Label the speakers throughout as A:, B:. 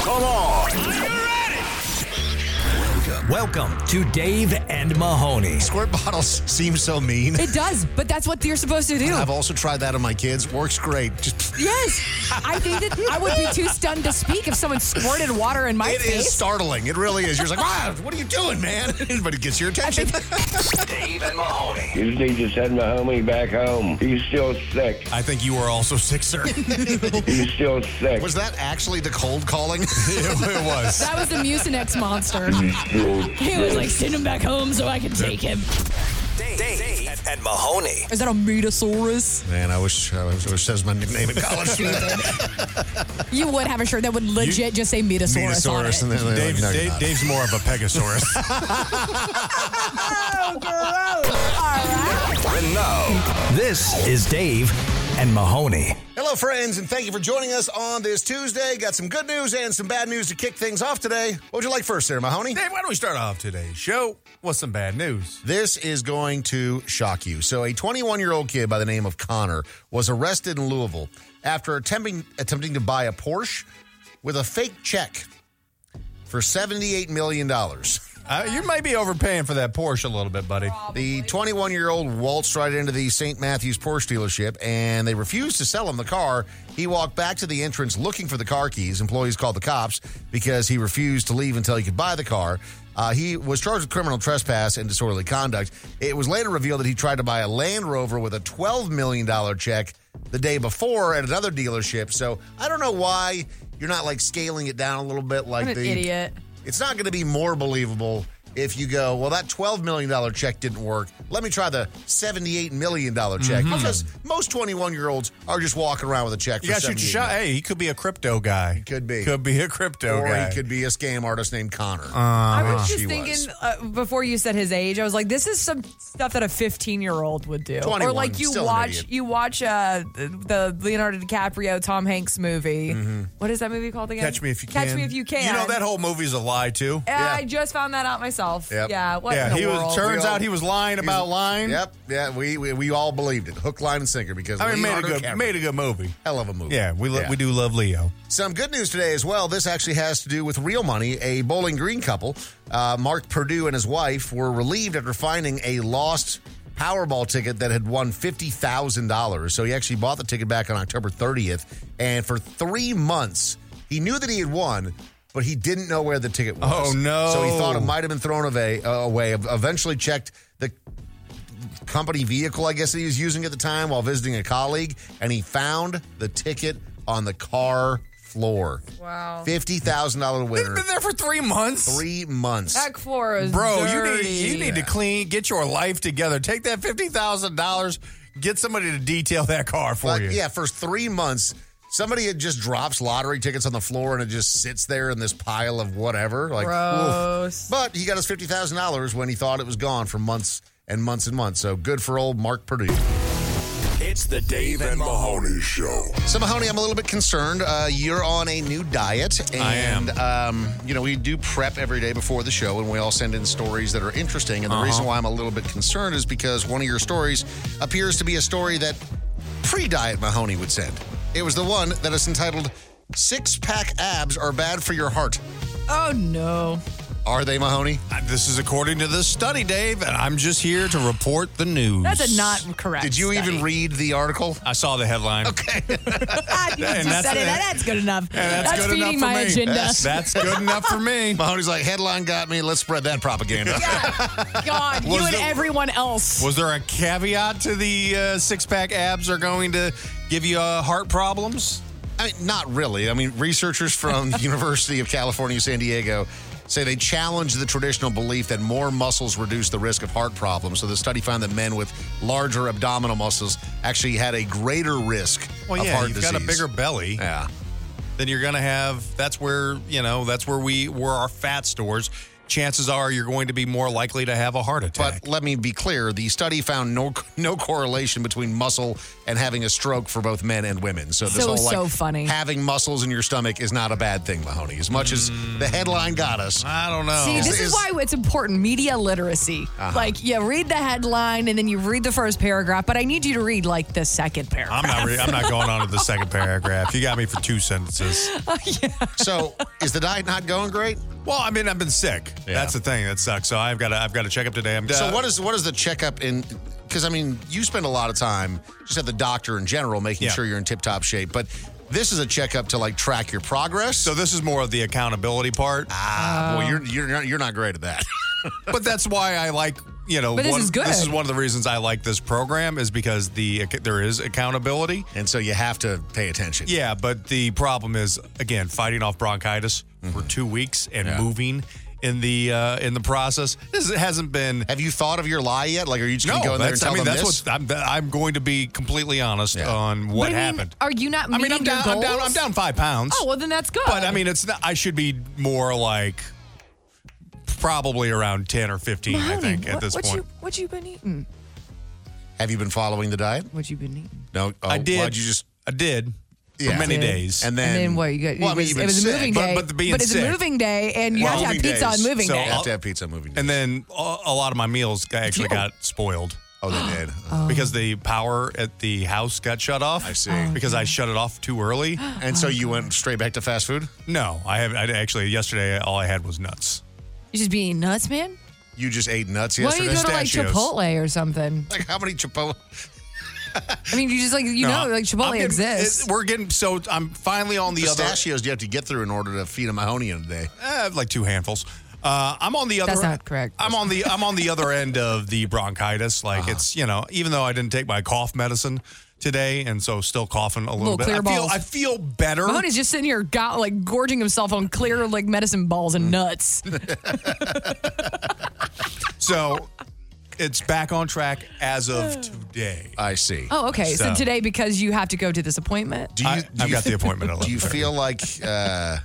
A: Come on.
B: Welcome to Dave and Mahoney.
A: Squirt bottles seem so mean.
C: It does, but that's what you're supposed to do.
A: I've also tried that on my kids. Works great. Just,
C: yes, I think that I would be too stunned to speak if someone squirted water in my
A: it
C: face.
A: is startling. It really is. You're just like, wow, what are you doing, man? but it gets your attention.
B: Dave and Mahoney.
D: Usually just send my homie back home. He's still sick.
A: I think you are also sick, sir.
D: He's still sick.
A: was that actually the cold calling? it was.
C: that was the Mucinex monster.
D: Still
A: Mm.
C: he was like, send him back home so I can take him.
B: Dave, and Mahoney.
C: Is that a Metasaurus?
A: Man, I wish I wish, I wish that was my nickname in college.
C: You would have a shirt that would legit just say Metasaurus, on it.
A: Metasaurus. And then they're like,
E: Dave,
A: no, you're
E: Dave,
A: not.
E: Dave's more of a Pegasaurus.
B: This is Dave and Mahoney.
A: Hello, friends, and thank you for joining us on this Tuesday. Got some good news and some bad news to kick things off today. What would you like first, Sarah Mahoney?
E: Dave, why don't we start off today's show with some bad news?
A: This is going to shock you. So, a 21 year old kid by the name of Connor was arrested in Louisville after attempting attempting to buy a Porsche with a fake check for 78 million dollars.
E: Uh, you might be overpaying for that Porsche a little bit, buddy.
A: The 21 year old waltzed right into the St. Matthews Porsche dealership and they refused to sell him the car. He walked back to the entrance looking for the car keys. Employees called the cops because he refused to leave until he could buy the car. Uh, he was charged with criminal trespass and disorderly conduct. It was later revealed that he tried to buy a Land Rover with a $12 million check the day before at another dealership. So I don't know why you're not like scaling it down a little bit like
C: What an
A: the
C: idiot.
A: it's not going to be more believable if you go, well, that $12 million check didn't work. Let me try the $78 million check.
C: Mm-hmm.
A: Because most 21 year olds are just walking around with a check
E: You
A: for
E: got your
A: 78
E: shot. Hey, he could be a crypto guy.
A: Could be.
E: Could be a crypto
A: million. Or
E: guy.
A: he could be a scam artist named Connor.
E: Uh-huh.
F: I
E: Ah.
F: was
A: she
F: just thinking
A: was.
F: Uh, before you said his age, I was like, this is some stuff that a 15 year old would do.
A: 21,
F: Or like you
A: still an
F: watch
A: idiot.
F: you watch uh, the Leonardo DiCaprio Tom Hanks movie. What is that movie called
E: Mm-hmm.
F: again?
E: Catch me if you can.
F: Catch me if you can.
E: You know that whole movie's a lie too.
F: Uh,
A: yeah.
F: I just found that out myself.
A: Yep.
F: Yeah. What
E: yeah,
F: in the
E: he
F: world?
E: was. Turns
A: We all-
E: out he was lying about lying.
A: Yep. Yeah. We, we we all believed it. Hook, line, and sinker because
E: I mean, made a
A: Leonardo
E: good
A: DiCaprio-
E: made a good movie.
A: hell of a movie.
E: Yeah, we lo- we do love Leo.
A: Some good news today as well. This actually has to do with real money. A Bowling Green couple, uh, Mark Purdue and his wife, were relieved after finding a lost Powerball ticket that had won $50,000. So he actually bought the ticket back on October 30th. And for three months, he knew that he had won. But he didn't know where the ticket was.
E: Oh, no.
A: So he thought it might have been thrown away. Uh, away. Eventually checked the company vehicle, I guess that he was using at the time while visiting a colleague, and he found the ticket on the car floor.
F: Wow.
A: Fifty thousand dollar
E: They've
A: winner,
E: been there for three months.
A: three months.
F: That floor is
E: Bro, you
F: dirty.
E: need you need to clean, get your life together. Take that fifty thousand dollars, get somebody to detail that car for
A: But
E: you.
A: yeah, for three months, somebody had just drops lottery tickets on the floor and it just sits there in this pile of whatever. Like,
F: Gross.
A: oof. but he got his fifty thousand dollars when he thought it was gone for months and months and months. So good for old Mark Purdue.
B: It's the Dave and Mahoney Show.
A: So Mahoney, I'm a little bit concerned. Uh, you're on a new diet, and
E: I
A: Um, you know we do prep every day before the show, and we all send in stories that are interesting. And the reason why I'm a little bit concerned is because one of your stories appears to be a story that pre-diet Mahoney would send. It was the one that is entitled "Six-Pack Abs Are Bad for Your Heart."
F: Oh no.
A: Are they Mahoney?
E: Uh, This is according to this study, Dave, and I'm just here to report the news.
F: That's a not correct.
A: Did you even
F: study.
A: read the article?
E: I saw the headline. Okay,
F: Ah, you
E: And
F: just
E: that's
F: said it.
E: it.
F: That's good enough.
E: that's, good
F: feeding
E: enough for
F: my
E: me.
F: agenda.
E: That's, that's good enough for me.
A: Mahoney's like headline got me. Let's spread that propaganda.
F: God, you
E: Was
F: and
E: the-
F: everyone else.
E: Was there a caveat to the uh, six-pack abs are going to give you uh, heart problems?
A: I mean, not really. I mean, researchers from the University of California, San Diego, say they challenge the traditional belief that more muscles reduce the risk of heart problems. So the study found that men with larger abdominal muscles actually had a greater risk of heart disease.
E: belly.
A: Yeah.
E: then you're going to have that's where you know that's where we where our fat stores. Chances are you're going to be more likely to have a heart attack.
A: But let me be clear: the study found no no correlation between muscle and having a stroke for both men and women. So this
F: So,
A: whole
F: so
A: like,
F: funny.
A: having muscles in your stomach is not a bad thing, Mahoney. As much as the headline got us,
E: I don't know.
F: See, this
A: is-
F: is why it's important media literacy.
E: Uh-huh.
F: Like, you read the headline and then you read the first paragraph, but I need you to read like the second paragraph.
E: I'm not. Re- I'm not going on to the second paragraph. You got me for two sentences.
A: so is the diet not going great?
E: Well, I mean, I've been sick.
A: Yeah.
E: That's the thing that sucks. So I've got. to. I've got to check up today. I'm.
A: So what is what is the checkup in? Because I mean, you spend a lot of time just at the doctor in general, making
E: Yeah.
A: sure you're in tip top shape. But this is a checkup to like track your progress.
E: So this is more of the accountability part.
A: Ah,
F: Um.
A: well, you're you're not, you're not great at that.
E: but that's why I like you know.
F: But this
E: one,
F: is good.
E: This is one of the reasons I like this program is because the there is accountability.
A: and so you have to pay attention.
E: Yeah, but the problem is again fighting off bronchitis
A: Mm-hmm.
E: for two weeks and moving in the uh, in the process. This hasn't been.
A: Have you thought of your lie yet? Like, are you just
E: No,
A: going to go in there and
E: that's,
A: tell
E: I mean
A: them
E: that's
A: this?
E: what I'm, I'm going to be completely honest
A: Yeah.
E: on
F: But
E: what
F: I mean,
E: happened.
F: Are you not
E: I
F: meeting
E: mean, I'm
F: your
E: down, I'm down.
F: goals?
E: I'm down five pounds.
F: Oh, well, then that's good.
E: But I mean, it's not. I should be more like probably around ten or fifteen. I
G: Mahoney,
E: think at
G: what-
E: this
G: what
E: point.
G: You, what you been eating?
A: Have you been following the diet?
G: What you been eating?
A: No, oh,
E: I did.
A: Why'd you just?
E: I did
A: Yeah.
E: for many
A: Did.
E: days.
A: And then,
G: And then what? You got,
A: Well, I
G: it
A: mean,
G: was, it
A: you've been
G: was
A: sick,
G: a moving
E: but-
G: day.
E: but the being
G: it's
E: sick.
G: a moving day, and you
E: Well,
F: I
G: have to have
A: Moving
G: pizza
A: days.
G: on moving
E: So
A: You
G: day.
A: have to have pizza on moving days.
E: and then a, a lot of my meals I actually got spoiled
A: oh, they did.
E: because the power at the house got shut off. I
A: see. Oh,
E: Because I shut it off too early.
A: and
F: Oh,
A: so you went straight back to fast food.
E: No, I have. I actually yesterday all I had was nuts.
F: You just being nuts, man.
A: You just ate nuts
F: Why don't you
A: yesterday.
F: go to like
E: Pistachios.
F: Chipotle or something?
A: like how many Chipotle?
F: I mean, you just like you know, like Chipotle
E: Uh-huh. I'm getting-
F: exists.
E: it- we're getting so I'm finally on the other.
A: pistachios do you have to get through in order to feed a Mahoney in a day?
E: uh, like two handfuls. Uh, I'm on the other.
F: That's not correct. Uh-huh.
E: I'm on the I'm on the other end of the bronchitis. Like it's you know, even though I didn't take my cough medicine today, and so still coughing a little,
F: Little
E: bit.
F: clear
E: I
F: balls.
E: feel I feel better.
F: Mahoney's just sitting here, got like gorging himself on clear like medicine balls and nuts.
E: So it's back on track as of today.
A: I see.
F: Oh, okay. So,
E: So-
F: today, because you have to go to this appointment,
A: do you,
E: I,
A: do
E: I've
A: you-
E: got the appointment. At
A: Do you
E: 11:30.
A: feel like uh,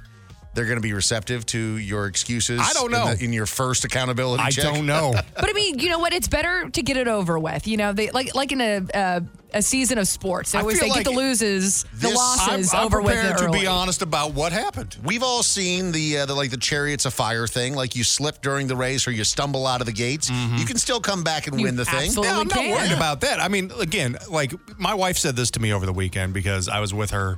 A: they're going to be receptive to your excuses?
E: I don't
A: in
E: know.
A: the- In, your first accountability
E: I
A: check?
E: don't know.
F: but I mean, you know what? It's better to get it over with. You know, they like like in a uh, a season of sports. They
E: I
F: always
E: feel
F: say get
E: like
F: the loses, the
E: This-
F: losses
E: I'm, I'm
F: over with.
E: prepared to
F: early.
E: be honest about what happened.
A: We've all seen the, uh, the like the chariots of fire thing. Like you slip during the race or you stumble out of the gates. You can still come back and
F: You
A: win the thing.
F: absolutely
E: Yeah, Mm-hmm. I'm
F: can.
E: not worried about that. I mean, again, like my wife said this to me over the weekend because I was with her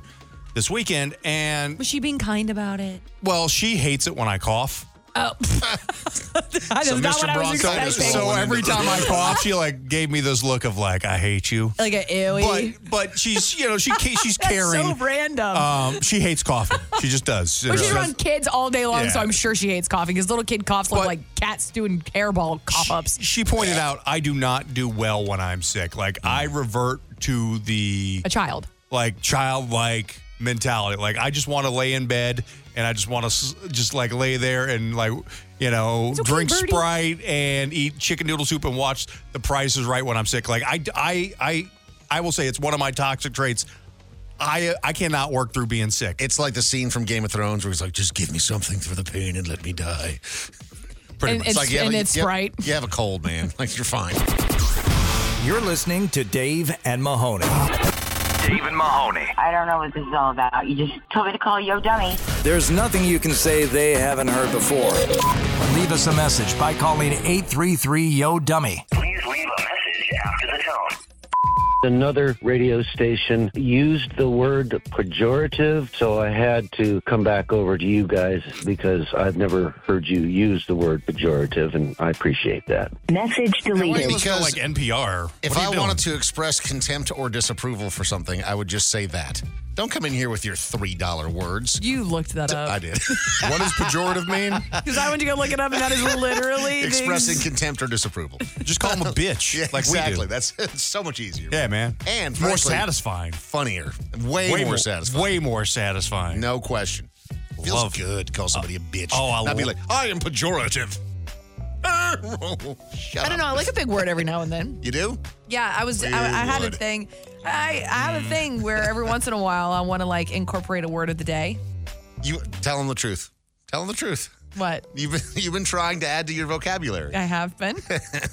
E: this weekend, and
F: Was she being kind about it?
E: well, she hates it when I cough.
F: That's
A: So
F: Oh. not
A: Mr.
F: what I was
A: Bronco
E: So,
A: That is
F: expecting.
E: so
A: rolling
E: every
A: into the-
E: time I cough, she like gave me this look of like I hate you.
F: like a
E: But
F: ewy.
E: but she's you know she ca- she's
F: That's
E: caring.
F: so random.
E: Um, she hates coughing. She just does.
F: but
E: She
F: she's around kids all day long,
E: Yeah.
F: so I'm sure she hates coughing. Because little kid coughs like,
E: But-
F: like cats doing hairball cough ups.
E: She pointed out I do not do well when I'm sick. Like I revert to the
F: A child.
E: like childlike mentality. Like I just want to lay in bed and I just want to s- just like lay there and like you know
F: okay,
E: drink
F: birdie.
E: Sprite and eat chicken noodle soup and watch The Price is Right when I'm sick. Like I I I I will say it's one of my toxic traits. I I cannot work through being sick.
A: It's like the scene from Game of Thrones where he's like, just give me something for the pain and let me die.
E: pretty
F: and
E: much.
F: it's-
A: like, you have
F: and
A: a-
F: it's
A: you have-
F: Sprite.
A: You have a cold, man. Like, you're fine.
H: You're listening to Dave and Mahoney.
I: Dave and Mahoney.
J: I don't know what this is all about. You just told me to call yo dummy.
H: There's nothing you can say they haven't heard before. Leave us a message by calling 833 Yo Dummy.
I: Please leave a message after the tone.
K: Another radio station used the word pejorative, so I had to come back over to you guys because I've never heard you use the word pejorative, and I appreciate that.
J: Message
A: deleted.
E: Let's go,
A: because-
E: like NPR.
A: If
E: What are you
A: I
E: doing?
A: wanted to express contempt or disapproval for something, I would just say that. Don't come in here with your $3 words.
F: You looked that
A: I
F: up.
A: did.
E: what does pejorative mean?
F: Because I went to go look it up, and that is literally the
A: Expressing contempt or disapproval.
E: Just call him a bitch, like
A: exactly.
E: we do.
A: That's it's so much easier.
E: Yeah, man.
A: And
E: more
A: frankly,
E: satisfying.
A: Funnier. Way, more, satisfying.
E: Way more satisfying.
A: No question. Feels
E: Love-
A: good to call somebody a bitch.
E: Oh, I
A: Not be
E: lo-
A: like, I am pejorative. Shut
C: I don't know. I like a big word every now and then.
A: You do?
F: Yeah, I was. I, I had a
A: Weird.
F: thing. I I have a thing where every once in a while I want to like incorporate a word of the day.
A: You tell them the truth. Tell them the truth.
F: What
A: You've been, you've been trying to add to your vocabulary.
F: I have been.
E: Do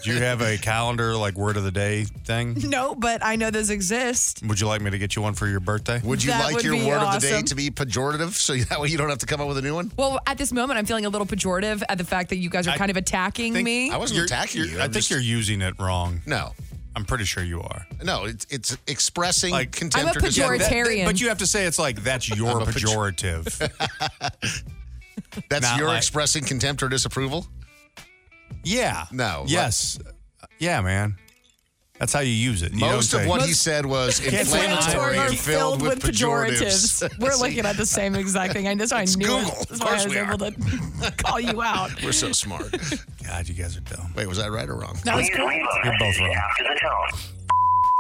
E: you have a calendar, like word of the day thing?
F: no, but I know those exist.
E: Would you like me to get you one for your birthday?
A: Would you
F: That
A: like
F: would
A: your
F: be
A: word of the day
F: awesome.
A: to be pejorative so that way you don't have to come up with a new one?
F: Well, at this moment, I'm feeling a little pejorative at the fact that you guys are
E: I
F: kind of attacking
E: think-
F: me.
A: I wasn't
E: You're-
A: attacking
E: you're-
A: you.
E: I
A: I'm
E: think
A: just-
E: you're using it wrong.
A: No.
E: I'm pretty sure you are.
A: No, it's, it's expressing
E: Like-
A: contempt
F: I'm a
A: or disgust.
F: pejorative. Pejoritarian.
E: but you have to say it's like that's your
A: a pejor-
E: pejorative.
A: That's
E: Not
A: your
E: like-
A: expressing contempt or disapproval?
E: yeah.
A: No.
E: Yes. Yeah, man. That's how you use it. You
A: Most
E: don't
A: of
E: say-
A: what he said was inflammatory
E: Inflammatory
A: and filled with pejoratives.
F: We're looking at the same exact thing. I just I knew
A: Google. Of
F: it. That's why
A: course
F: I was
A: we are.
F: able to call you out.
A: We're so smart.
E: God, you guys are dumb.
A: Wait, was I right or wrong?
F: That was
L: Please
F: cool.
L: leave a
E: You're both
L: message
E: wrong.
L: after the tone.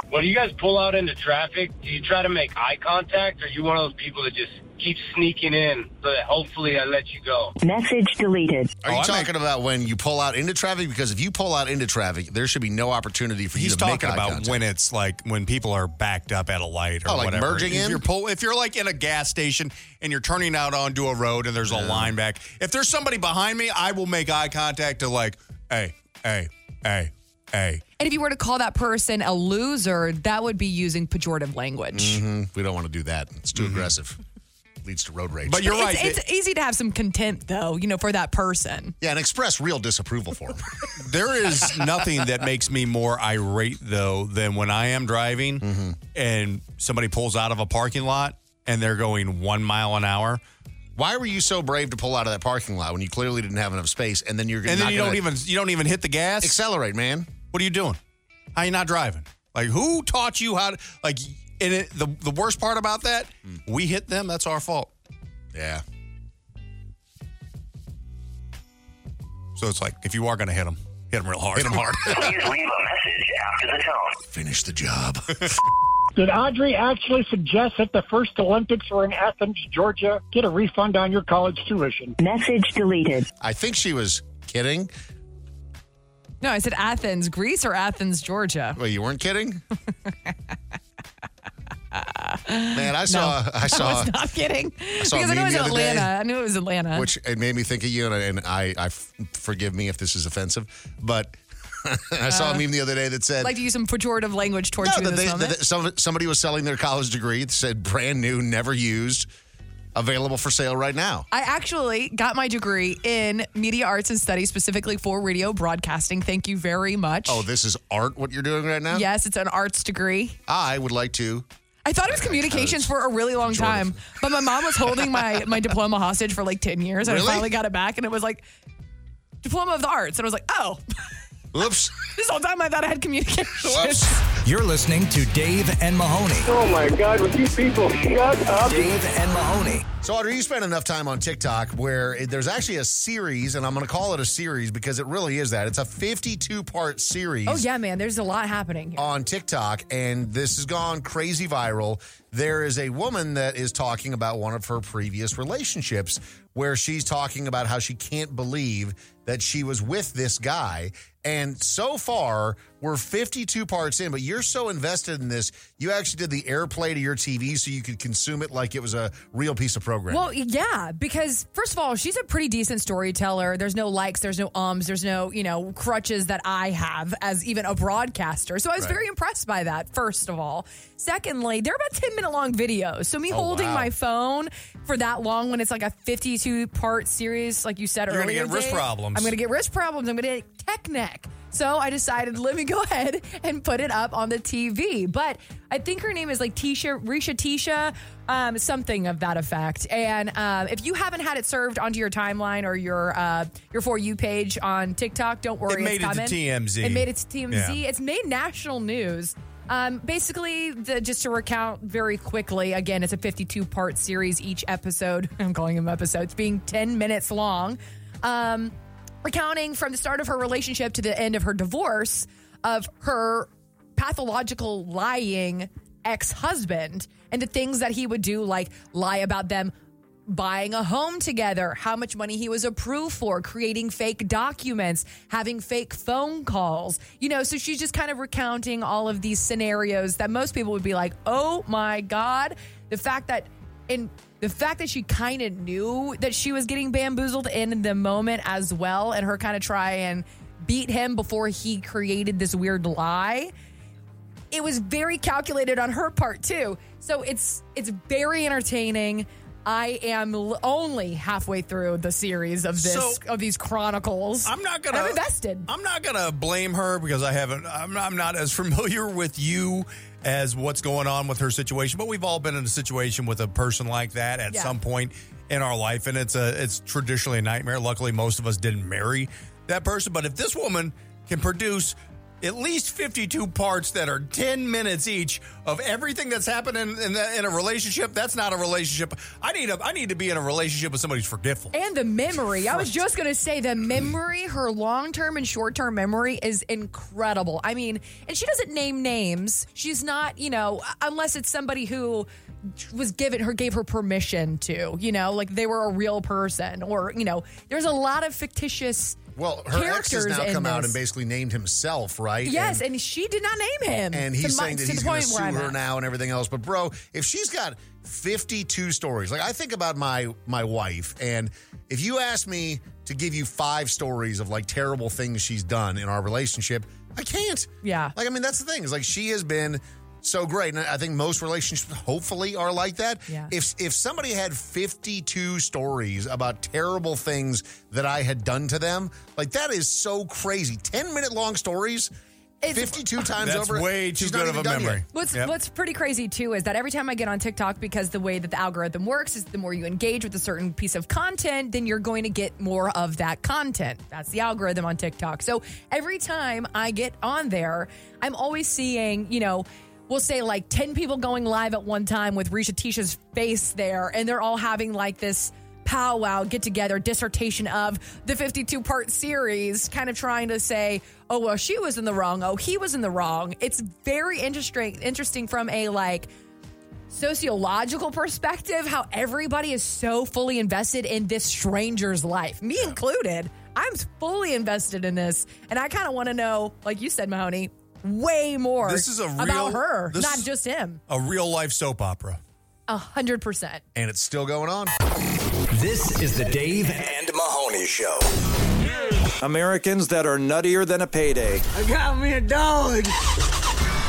M: When you guys pull out into traffic, do you try to make eye contact, or are you one of those people that just keeps sneaking in so that hopefully I let you go?
N: Message deleted.
A: Are
E: Oh,
A: you
E: I
A: talking about when you pull out into traffic? Because if you pull out into traffic, there should be no opportunity for you
E: He's
A: to make
E: talking
A: eye
E: about
A: contact.
E: when it's like when people are backed up at a light or
A: Oh, like
E: whatever.
A: merging
E: if
A: in?
E: You're pull, if you're like in a gas station and you're turning out onto a road and there's a line back, if there's somebody behind me, I will make eye contact to like, hey, hey, hey, hey.
F: And if you were to call that person a loser, that would be using pejorative language.
A: we don't want to do that. It's too aggressive. Leads to road rage.
E: Mm-hmm. But you're right.
F: It's, it's easy to have some contempt, though, you know, for that person.
A: yeah, and express real disapproval for him.
E: There is nothing that makes me more irate though than when I am driving
A: Mm-hmm.
E: and somebody pulls out of a parking lot and they're going one mile an hour.
A: Why were you so brave to pull out of that parking lot when you clearly didn't have enough space? And then you're
E: And
A: not
E: then you
A: gonna
E: don't even you don't even hit the gas.
A: accelerate, man.
E: what are you doing? How you not driving? Like who taught you how to like and it, the the worst part about that, we hit them, that's our fault.
A: Yeah.
E: So it's like if you are going to hit them, hit them real hard. Hit them hard.
L: Please leave a message after the tone.
A: Finish the job.
M: Did Audrey actually suggest that the first Olympics were in Athens, Georgia? Get a refund on your college tuition.
N: Message deleted.
A: I think she was kidding.
F: No, I said Athens, Greece, or Athens, Georgia.
A: Well, you weren't kidding? man, I saw I saw
F: I'm kidding.
A: saw a
F: because I knew it
A: meme
F: was
A: the other day.
F: Atlanta. I knew it was Atlanta.
A: which it made me think of you, and, I- and I, I f- forgive me if this is offensive, but I saw a meme the other day that said
F: like to use some pejorative language towards
A: no,
F: you in
A: that
F: this
A: they,
F: moment.
A: that some, somebody was selling their college degree that said brand new, never used, available for sale right now.
F: I actually got my degree in media arts and studies, specifically for radio broadcasting. Thank you very much.
A: Oh, this is art. What you're doing right now?
F: yes, it's an arts degree.
A: I would like to.
F: I thought it was communications for a really long time, but my mom was holding my my diploma hostage for like ten years, and
A: Really?
F: I finally got it back, and it was like diploma of the arts, and I was like, oh,
A: Oops.
F: this whole time I thought I had communications.
A: Oops.
H: You're listening to Dave and Mahoney.
M: Oh my God, would you people shut up?
H: Dave and Mahoney.
A: So, Audrey, you spend enough time on TikTok where it, there's actually a series, and I'm going to call it a series because it really is that. It's a 52 part series.
F: Oh yeah, man, there's a lot happening. Here.
A: on TikTok, and this has gone crazy viral. There is a woman that is talking about one of her previous relationships where she's talking about how she can't believe that she was with this guy. And so far, we're 52 parts in, but you're so invested in this, you actually did the airplay to your TV so you could consume it like it was a real piece of programming.
C: Well, yeah, because first of all, she's a pretty decent storyteller. There's no likes, there's no ums, there's no, you know, crutches that I have as even a broadcaster. So I was
A: Right.
C: very impressed by that, first of all. Secondly, they're about 10 minute long videos. So me holding
A: Oh, wow.
C: my phone for that long when it's like a 52 part series, like you said
E: You're gonna
C: earlier.
E: get wrist
C: Dave,
E: problems.
C: I'm going to get wrist problems. I'm going to get tech neck. So I decided, let me go ahead and put it up on the TV. But I think her name is like Tisha, Risha Tisha, um, something of that effect. And um, if you haven't had it served onto your timeline or your uh, your for you page on TikTok, don't worry,
E: made
C: it's
E: it to
C: coming.
E: TMZ.
C: It made it to TMZ.
E: Yeah.
C: It's made national news. Um, basically, the, just to recount very quickly, again, it's a 52 part series. Each episode, I'm calling them episodes, being 10 minutes long. Um, recounting from the start of her relationship to the end of her divorce of her pathological lying ex husband and the things that he would do, like lie about them
F: buying a home together, how much money he was approved for, creating fake documents, having fake phone calls. You know, so she's just kind of recounting all of these scenarios that most people would be like, "Oh my god, the fact that in the fact that she kind of knew that she was getting bamboozled in the moment as well and her kind of try and beat him before he created this weird lie it was very calculated on her part too. So it's it's very entertaining. I am l- only halfway through the series of this
E: So-
F: of these chronicles.
E: I'm not gonna.
F: I'm invested.
E: I'm not gonna blame her because I haven't. I'm, I'm not as familiar with you as what's going on with her situation. But we've all been in a situation with a person like that at
O: Yeah.
E: some point in our life, and it's a it's traditionally a nightmare. Luckily, most of us didn't marry that person. But if this woman can produce. At least 52 parts that are 10 minutes each of everything that's happened in, in, the, in a relationship. That's not a relationship. I need a, I need to be in a relationship with somebody who's forgetful.
F: And the memory. I was just going to say the memory, her long term and short term memory is incredible. I mean, and she doesn't name names. She's not, you know, unless it's somebody who was given her, gave her permission to, you know, like they were a real person or, you know, there's a lot of fictitious.
A: Well, her ex
F: characters
A: has now
F: in
A: come out and
F: this.
A: basically named himself, right?
F: Yes,
A: And-
F: and, she did not name him.
A: And
F: to
A: he's
F: my-
A: saying that
F: to the
A: he's going to
F: point
A: sue
F: where I'm
A: her
F: at.
A: now and everything else. But bro, if she's got 52 stories, like I think about my my wife, and if you ask me to give you five stories of like terrible things she's done in our relationship, I can't.
F: Yeah.
A: Like I mean, that's the thing. Is like she has been so great, and I think most relationships hopefully are like that.
F: Yeah.
A: If if somebody had 52 stories about terrible things that I had done to them, like that is so crazy. 10 minute long stories. 52 times
E: That's
A: over.
E: way too
A: she's not
E: good of
A: even
E: a
A: done yet.
E: memory.
F: What's
E: Yep.
F: what's pretty crazy too is that every time I get on TikTok, because the way that the algorithm works is the more you engage with a certain piece of content, then you're going to get more of that content. That's the algorithm on TikTok. So every time I get on there, I'm always seeing, you know, we'll say like 10 people going live at one time with Risha Tisha's face there, and they're all having like this powwow get together dissertation of the 52 part series kind of trying to say oh well she was in the wrong oh he was in the wrong it's very interesting interesting from a like sociological perspective how everybody is so fully invested in this stranger's life me included i'm fully invested in this and i kind of want to know like you said mahoney way more
E: This is a real-
F: about her
E: this
F: not
E: is-
F: just him
E: A real life soap opera.
F: a hundred percent
A: and it's still going on.
H: This is the Dave
A: and Mahoney Show.
H: Americans that are nuttier than a payday.
P: I got me a dog.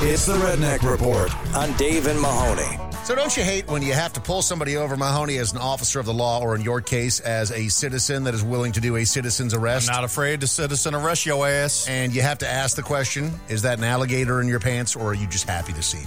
H: It's the Redneck Report on Dave and Mahoney.
A: So don't you hate when you have to pull somebody over, Mahoney, as an officer of the law, or in your case, as a citizen that is willing to do a citizen's arrest?
E: not afraid to citizen arrest your ass.
A: And you have to ask the question: Is that an alligator in your pants, or are you just happy to see me?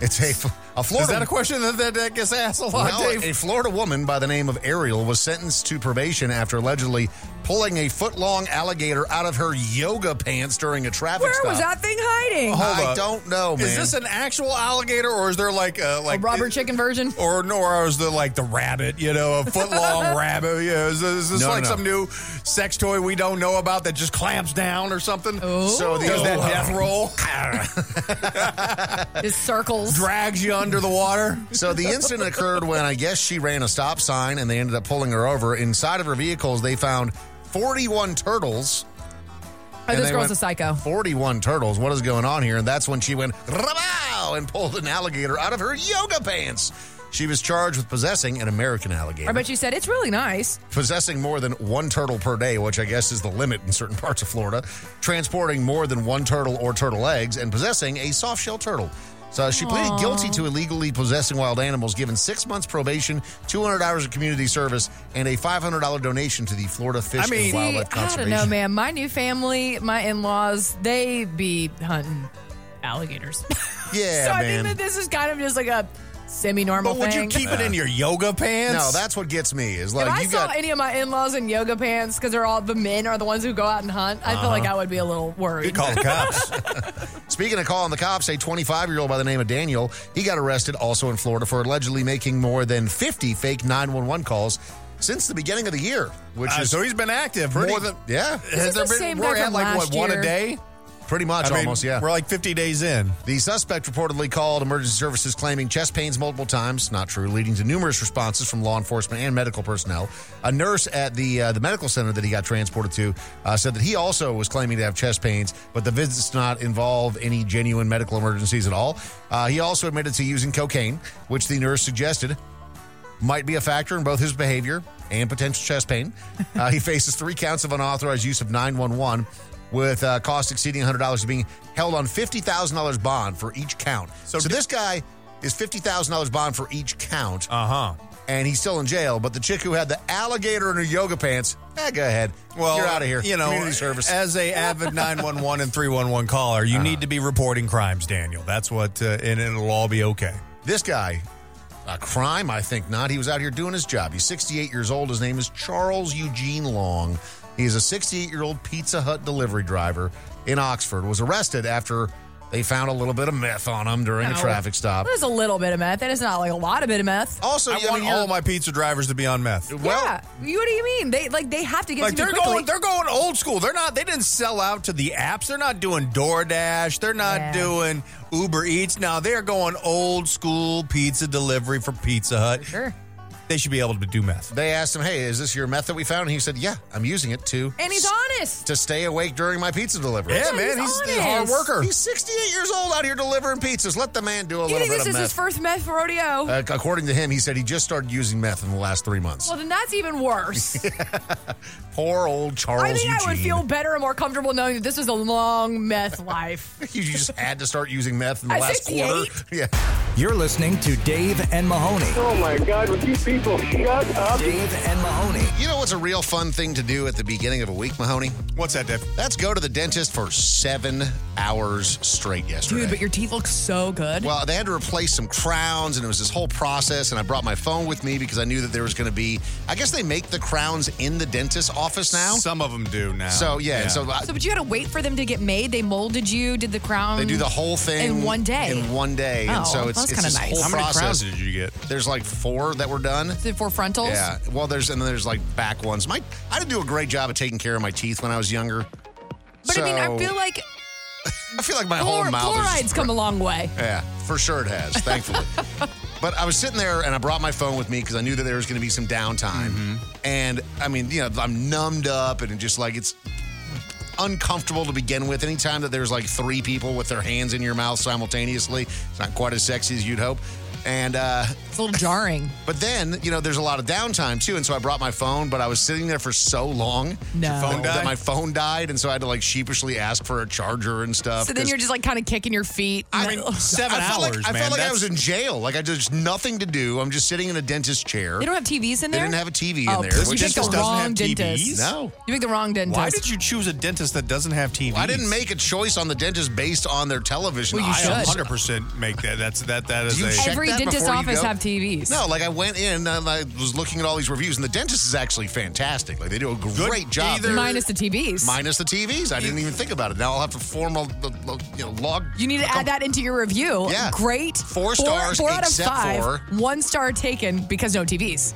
A: It's a, a Florida.
E: Is that a question that, that, that gets asked a lot,
A: No,
E: Dave?
A: A Florida woman by the name of Ariel was sentenced to probation after allegedly pulling a foot-long alligator out of her yoga pants during a traffic
F: where
A: stop.
F: was that thing hiding
A: I don't know, man.
E: Is this an actual alligator, or is there like a like
F: rubber chicken version,
E: or nor is there like the rabbit? You know, a foot long rabbit. Yeah, is this, is this
A: No, no,
E: like
A: no.
E: some new sex toy we don't know about that just clamps down or something?
A: So the-
E: does that
A: Oh.
E: death roll?
F: It circles
E: drags you under the water.
A: So the incident occurred when I guess she ran a stop sign and they ended up pulling her over. Inside of her vehicles, they found 41 turtles.
F: Oh,
A: And
F: this
A: they
F: girl's
A: went,
F: a psycho.
A: 41 turtles. What is going on here? And that's when she went "Rabow!" and pulled an alligator out of her yoga pants. She was charged with possessing an American alligator.
F: i bet you said it's really nice
A: Possessing more than one turtle per day, which I guess is the limit in certain parts of Florida, transporting more than one turtle or turtle eggs, and possessing a soft shell turtle. So she pleaded
Q: Aw.
A: guilty to illegally possessing wild animals, given six months probation, 200 hours of community service, and a $500 donation to the Florida Fish and Wildlife
F: I
A: Conservation.
F: don't know, man. My new family, my in-laws, they be hunting alligators.
A: Yeah,
F: so I
A: man.
F: think that this is kind of just like a semi-normal.
A: But would you
F: thing.
A: keep it in your
E: yoga pants?
A: No, that's what gets me. Is
F: If
A: like
F: I
A: you
F: saw
A: got
F: any of my in-laws in yoga pants, because they're all the men are the ones who go out and hunt, I feel
A: Uh-huh.
F: like I would be a little worried.
A: cops. Speaking of calling the cops, a 25 year old by the name of Daniel, he got arrested also in Florida for allegedly making more than 50 fake 911 calls since the beginning of the year. Which
E: Uh,
A: is
E: so he's been active
A: pretty-
E: more than
A: yeah.
E: Has there been? We're at like what one a day?
A: Pretty much,
E: I mean,
A: almost, yeah.
E: We're like 50 days in.
A: The suspect reportedly called emergency services claiming chest pains multiple times. Not true, leading to numerous responses from law enforcement and medical personnel. A nurse at the uh, the medical center that he got transported to uh, said that he also was claiming to have chest pains, but the visits did not involve any genuine medical emergencies at all. Uh, he also admitted to using cocaine, which the nurse suggested might be a factor in both his behavior and potential chest pain. Uh, he faces three counts of unauthorized use of 911 with uh, costs exceeding $100 being held on $50,000 bond for each count. So, this guy is $50,000 bond for each count.
E: Uh huh.
A: And he's still in jail, but the chick who had the alligator in her yoga pants, eh, go ahead.
E: Well,
A: You're out of here.
E: You know,
A: Community service. Uh-huh.
E: as a avid 911 and 311 caller, you need to be reporting crimes, Daniel. That's what, uh, and it'll all be okay.
A: This guy, a crime? I think not. He was out here doing his job. He's 68 years old. His name is Charles Eugene Long. He is a 68 year old Pizza Hut delivery driver in Oxford. Was arrested after they found a little bit of meth on him during a
C: No.
A: traffic stop.
C: There's a little bit of meth. That is not like a lot of bit of meth.
A: Also,
E: I want all my pizza drivers to be on meth.
C: yeah. You, what do you mean? They like they have to get
E: Like
C: to me
E: they're
C: quickly.
E: going, they're going old school. They're not. They didn't sell out to the apps. They're not doing DoorDash. They're not
C: Yeah.
E: doing Uber Eats. Now they're going old school pizza delivery for Pizza Hut.
C: Sure.
E: They should be able to do meth.
A: They asked him, "Hey, is this your meth that we found?" And he said, "Yeah, I'm using it to
C: and he's honest.
A: to stay awake during my pizza delivery."
E: Yeah, man, he's, he's a hard
C: honest.
E: worker.
A: He's 68 years old out here delivering pizzas. Let the man do a
C: You
A: little
C: think
A: bit
C: this
A: of
C: is
A: meth.
C: his first meth rodeo?
A: Uh, according to him, he said he just started using meth in the last three months.
C: well, then that's even worse.
A: Poor old Charles.
C: I think I would
A: Eugene.
C: feel better and more comfortable knowing that this was a long meth life.
A: you just had to start using meth in the
C: At
A: last quarter. Yeah.
H: You're listening to Dave and Mahoney.
R: Oh my God, would you people shut up?
H: Dave and Mahoney.
A: You know what's a real fun thing to do at the beginning of a week, Mahoney?
E: What's that, Dave?
A: That's go to the dentist for seven hours straight yesterday.
F: Dude, but your teeth look so good.
A: Well, they had to replace some crowns, and it was this whole process. And I brought my phone with me because I knew that there was going to be. I guess they make the crowns in the dentist's office now.
E: Some of them do now.
A: So yeah, and so, I,
C: So, but you had to wait for them to get made. They molded you, did the crown.
A: they do the whole thing
C: in one day.
A: In one day, and
C: Oh,
A: so it's
C: that's
A: it's
C: kinda
A: this
C: nice.
A: whole
E: how many
A: process.
E: crowns did you get?
A: There's like four that were done.
F: The four frontals.
A: Yeah. Well, there's and then there's like back ones. My I didn't do a great job of taking care of my teeth when I was younger.
C: But I mean, I feel like
A: I feel like my
C: chlor-
A: whole mouth is
C: chloride's come a long way.
A: Yeah, for sure it has, thankfully. but I was sitting there and I brought my phone with me because I knew that there was going to be some downtime.
C: Mm-hmm.
A: And I mean, you know, I'm numbed up and it just like it's uncomfortable to begin with. Anytime that there's like three people with their hands in your mouth simultaneously, it's not quite as sexy as you'd hope. And uh,
F: It's a little jarring.
A: but then you know there's a lot of downtime too, and so I brought my phone, but I was sitting there for so long
F: No.
E: Your phone
A: that
E: died?
A: my phone died, and so I had to like sheepishly ask for a charger and stuff.
F: So then
A: 'cause-
F: you're just like kind of kicking your feet.
E: I mean, seven
A: I felt
E: hours,
A: like,
E: man.
A: I felt like I
E: That's-
A: was in jail. Like I just nothing to do. I'm just sitting in a dentist chair.
F: they don't have TVs in
A: They
F: there.
A: didn't have a TV
F: Oh,
A: in there.
F: please
A: which
F: you
A: is
F: picked the
A: just-
E: doesn't have
F: wrong dentist.
E: TVs?
A: no.
F: You picked the wrong dentist.
E: Why did you choose a dentist that doesn't have TV?
A: I didn't make a choice on the dentist based on their television.
F: Well, you
A: aisle.
F: should.
E: I 100% make that. That's that. That is
A: you
E: a.
A: check
F: Every
A: that
F: dentist's
A: before you
F: office
A: go?
F: have TVs.
A: No, like I went in and I was looking at all these reviews, and the dentist is actually fantastic. Like they do a great job.
E: Either-
A: there.
F: Minus the TVs.
A: Minus the TVs. I didn't even think about it. Now I'll have to form a, a- a- you know, log.
F: you need to add that into your review.
A: Yeah.
F: Great.
A: Four stars
F: Four, out of
A: except
F: five.
A: for-
F: One star taken because no TVs.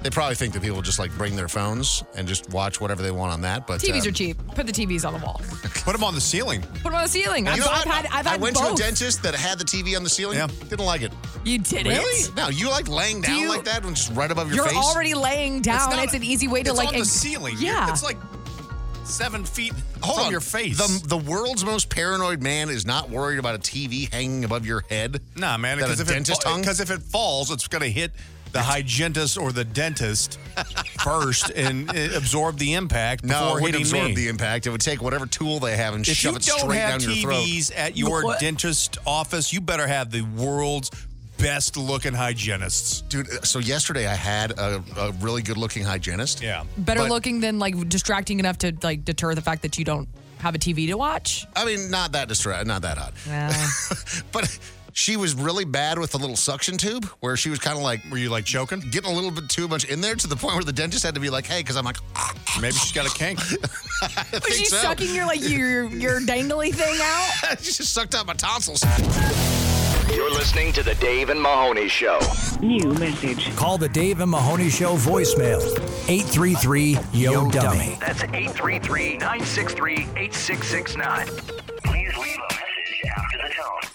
A: They probably think that people just like bring their phones and just watch whatever they want on that. But
F: TVs
A: um,
F: are cheap. Put the TVs on the wall.
E: Put them on the ceiling.
F: Put them on the ceiling.
A: You
F: I've,
A: know
F: I've
A: what?
F: had. I've
A: I
F: had
A: went
F: both.
A: to a dentist that had the TV on the ceiling.
E: Yeah.
A: Didn't like it.
F: You did
A: Really?
F: it.
A: No, you like laying down
F: you-
A: like that when just right above your
F: You're
A: face?
F: already laying down. It's,
E: not-
F: an easy way to
E: it's
F: like
E: on the
F: ex-
E: ceiling.
F: Yeah.
E: it's like seven feet
A: Hold
E: from
A: on.
E: your face.
A: The, the world's most paranoid man is not worried about a TV hanging above your head.
E: nah, man,
A: That
E: because
A: a
E: if
A: dentist
E: it fa-
A: hung?
E: 'cause if it falls, it's going to hit the hygienist or the dentist first and uh, absorb the impact.
A: No,
E: before
A: it would
E: hitting
A: absorb
E: me.
A: the impact. It would take whatever tool they have and
E: If you
A: shove it
E: don't
A: straight
E: have
A: down your throat.
E: TVs at your
F: What?
E: dentist office, you better have the world's best looking hygienists.
A: Dude, so yesterday I had a, a really good looking hygienist.
E: Yeah.
F: better
A: But-
F: looking than like distracting enough to like deter the fact that you don't have a TV to watch.
A: I mean, not that distra- not that hot. but she was really bad with the little suction tube where she was kind of like
E: Were you like choking?
A: getting a little bit too much in there to the point where the dentist had to be like, hey, because I'm like, "Ah,
E: Maybe she's got a kink.
A: I
C: Was
A: think
C: she
A: so.
C: sucking your like your your dangly thing out?
A: she just sucked out my tonsils.
S: You're listening to The Dave and Mahoney Show.
N: New message.
H: Call the Dave and Mahoney Show voicemail 833 Yo Dummy.
S: That's 833 963 8669.
P: after the tone.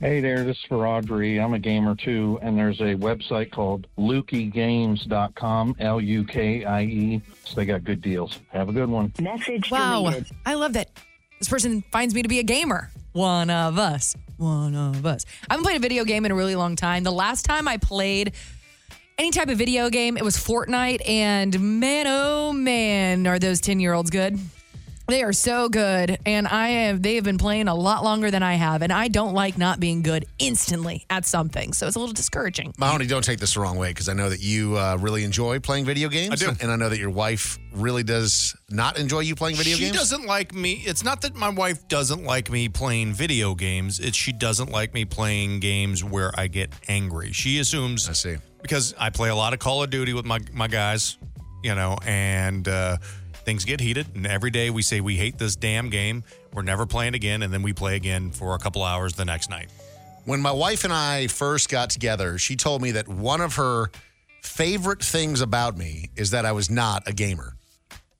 T: Hey there, this is for Audrey. I'm a gamer too, and there's a website called lukeygames.com, L U K I E. So they got good deals. Have a good one.
J: Message
F: wow.
T: deleted.
F: I love that this person finds me to be a gamer. One of us. One of us. I haven't played a video game in a really long time. The last time I played any type of video game, it was Fortnite. And man, oh man, are those 10 year olds good? They are so good. And I have, they have been playing a lot longer than I have. And I don't like not being good instantly at something. So it's a little discouraging.
A: Mahoney, don't take this the wrong way because I know that you uh, really enjoy playing video games. I do. And I know that your wife really does not enjoy you playing video
E: she
A: games.
E: doesn't like me. It's not that my wife doesn't like me playing video games. It's she doesn't like me playing games where I get angry. She assumes I
A: see
E: because I play a lot of Call of Duty with my my guys, you know, and uh, things get heated. And every day we say we hate this damn game. We're never playing again, and then we play again for a couple hours the next night.
A: When my wife and I first got together, she told me that one of her favorite things about me is that I was not a gamer.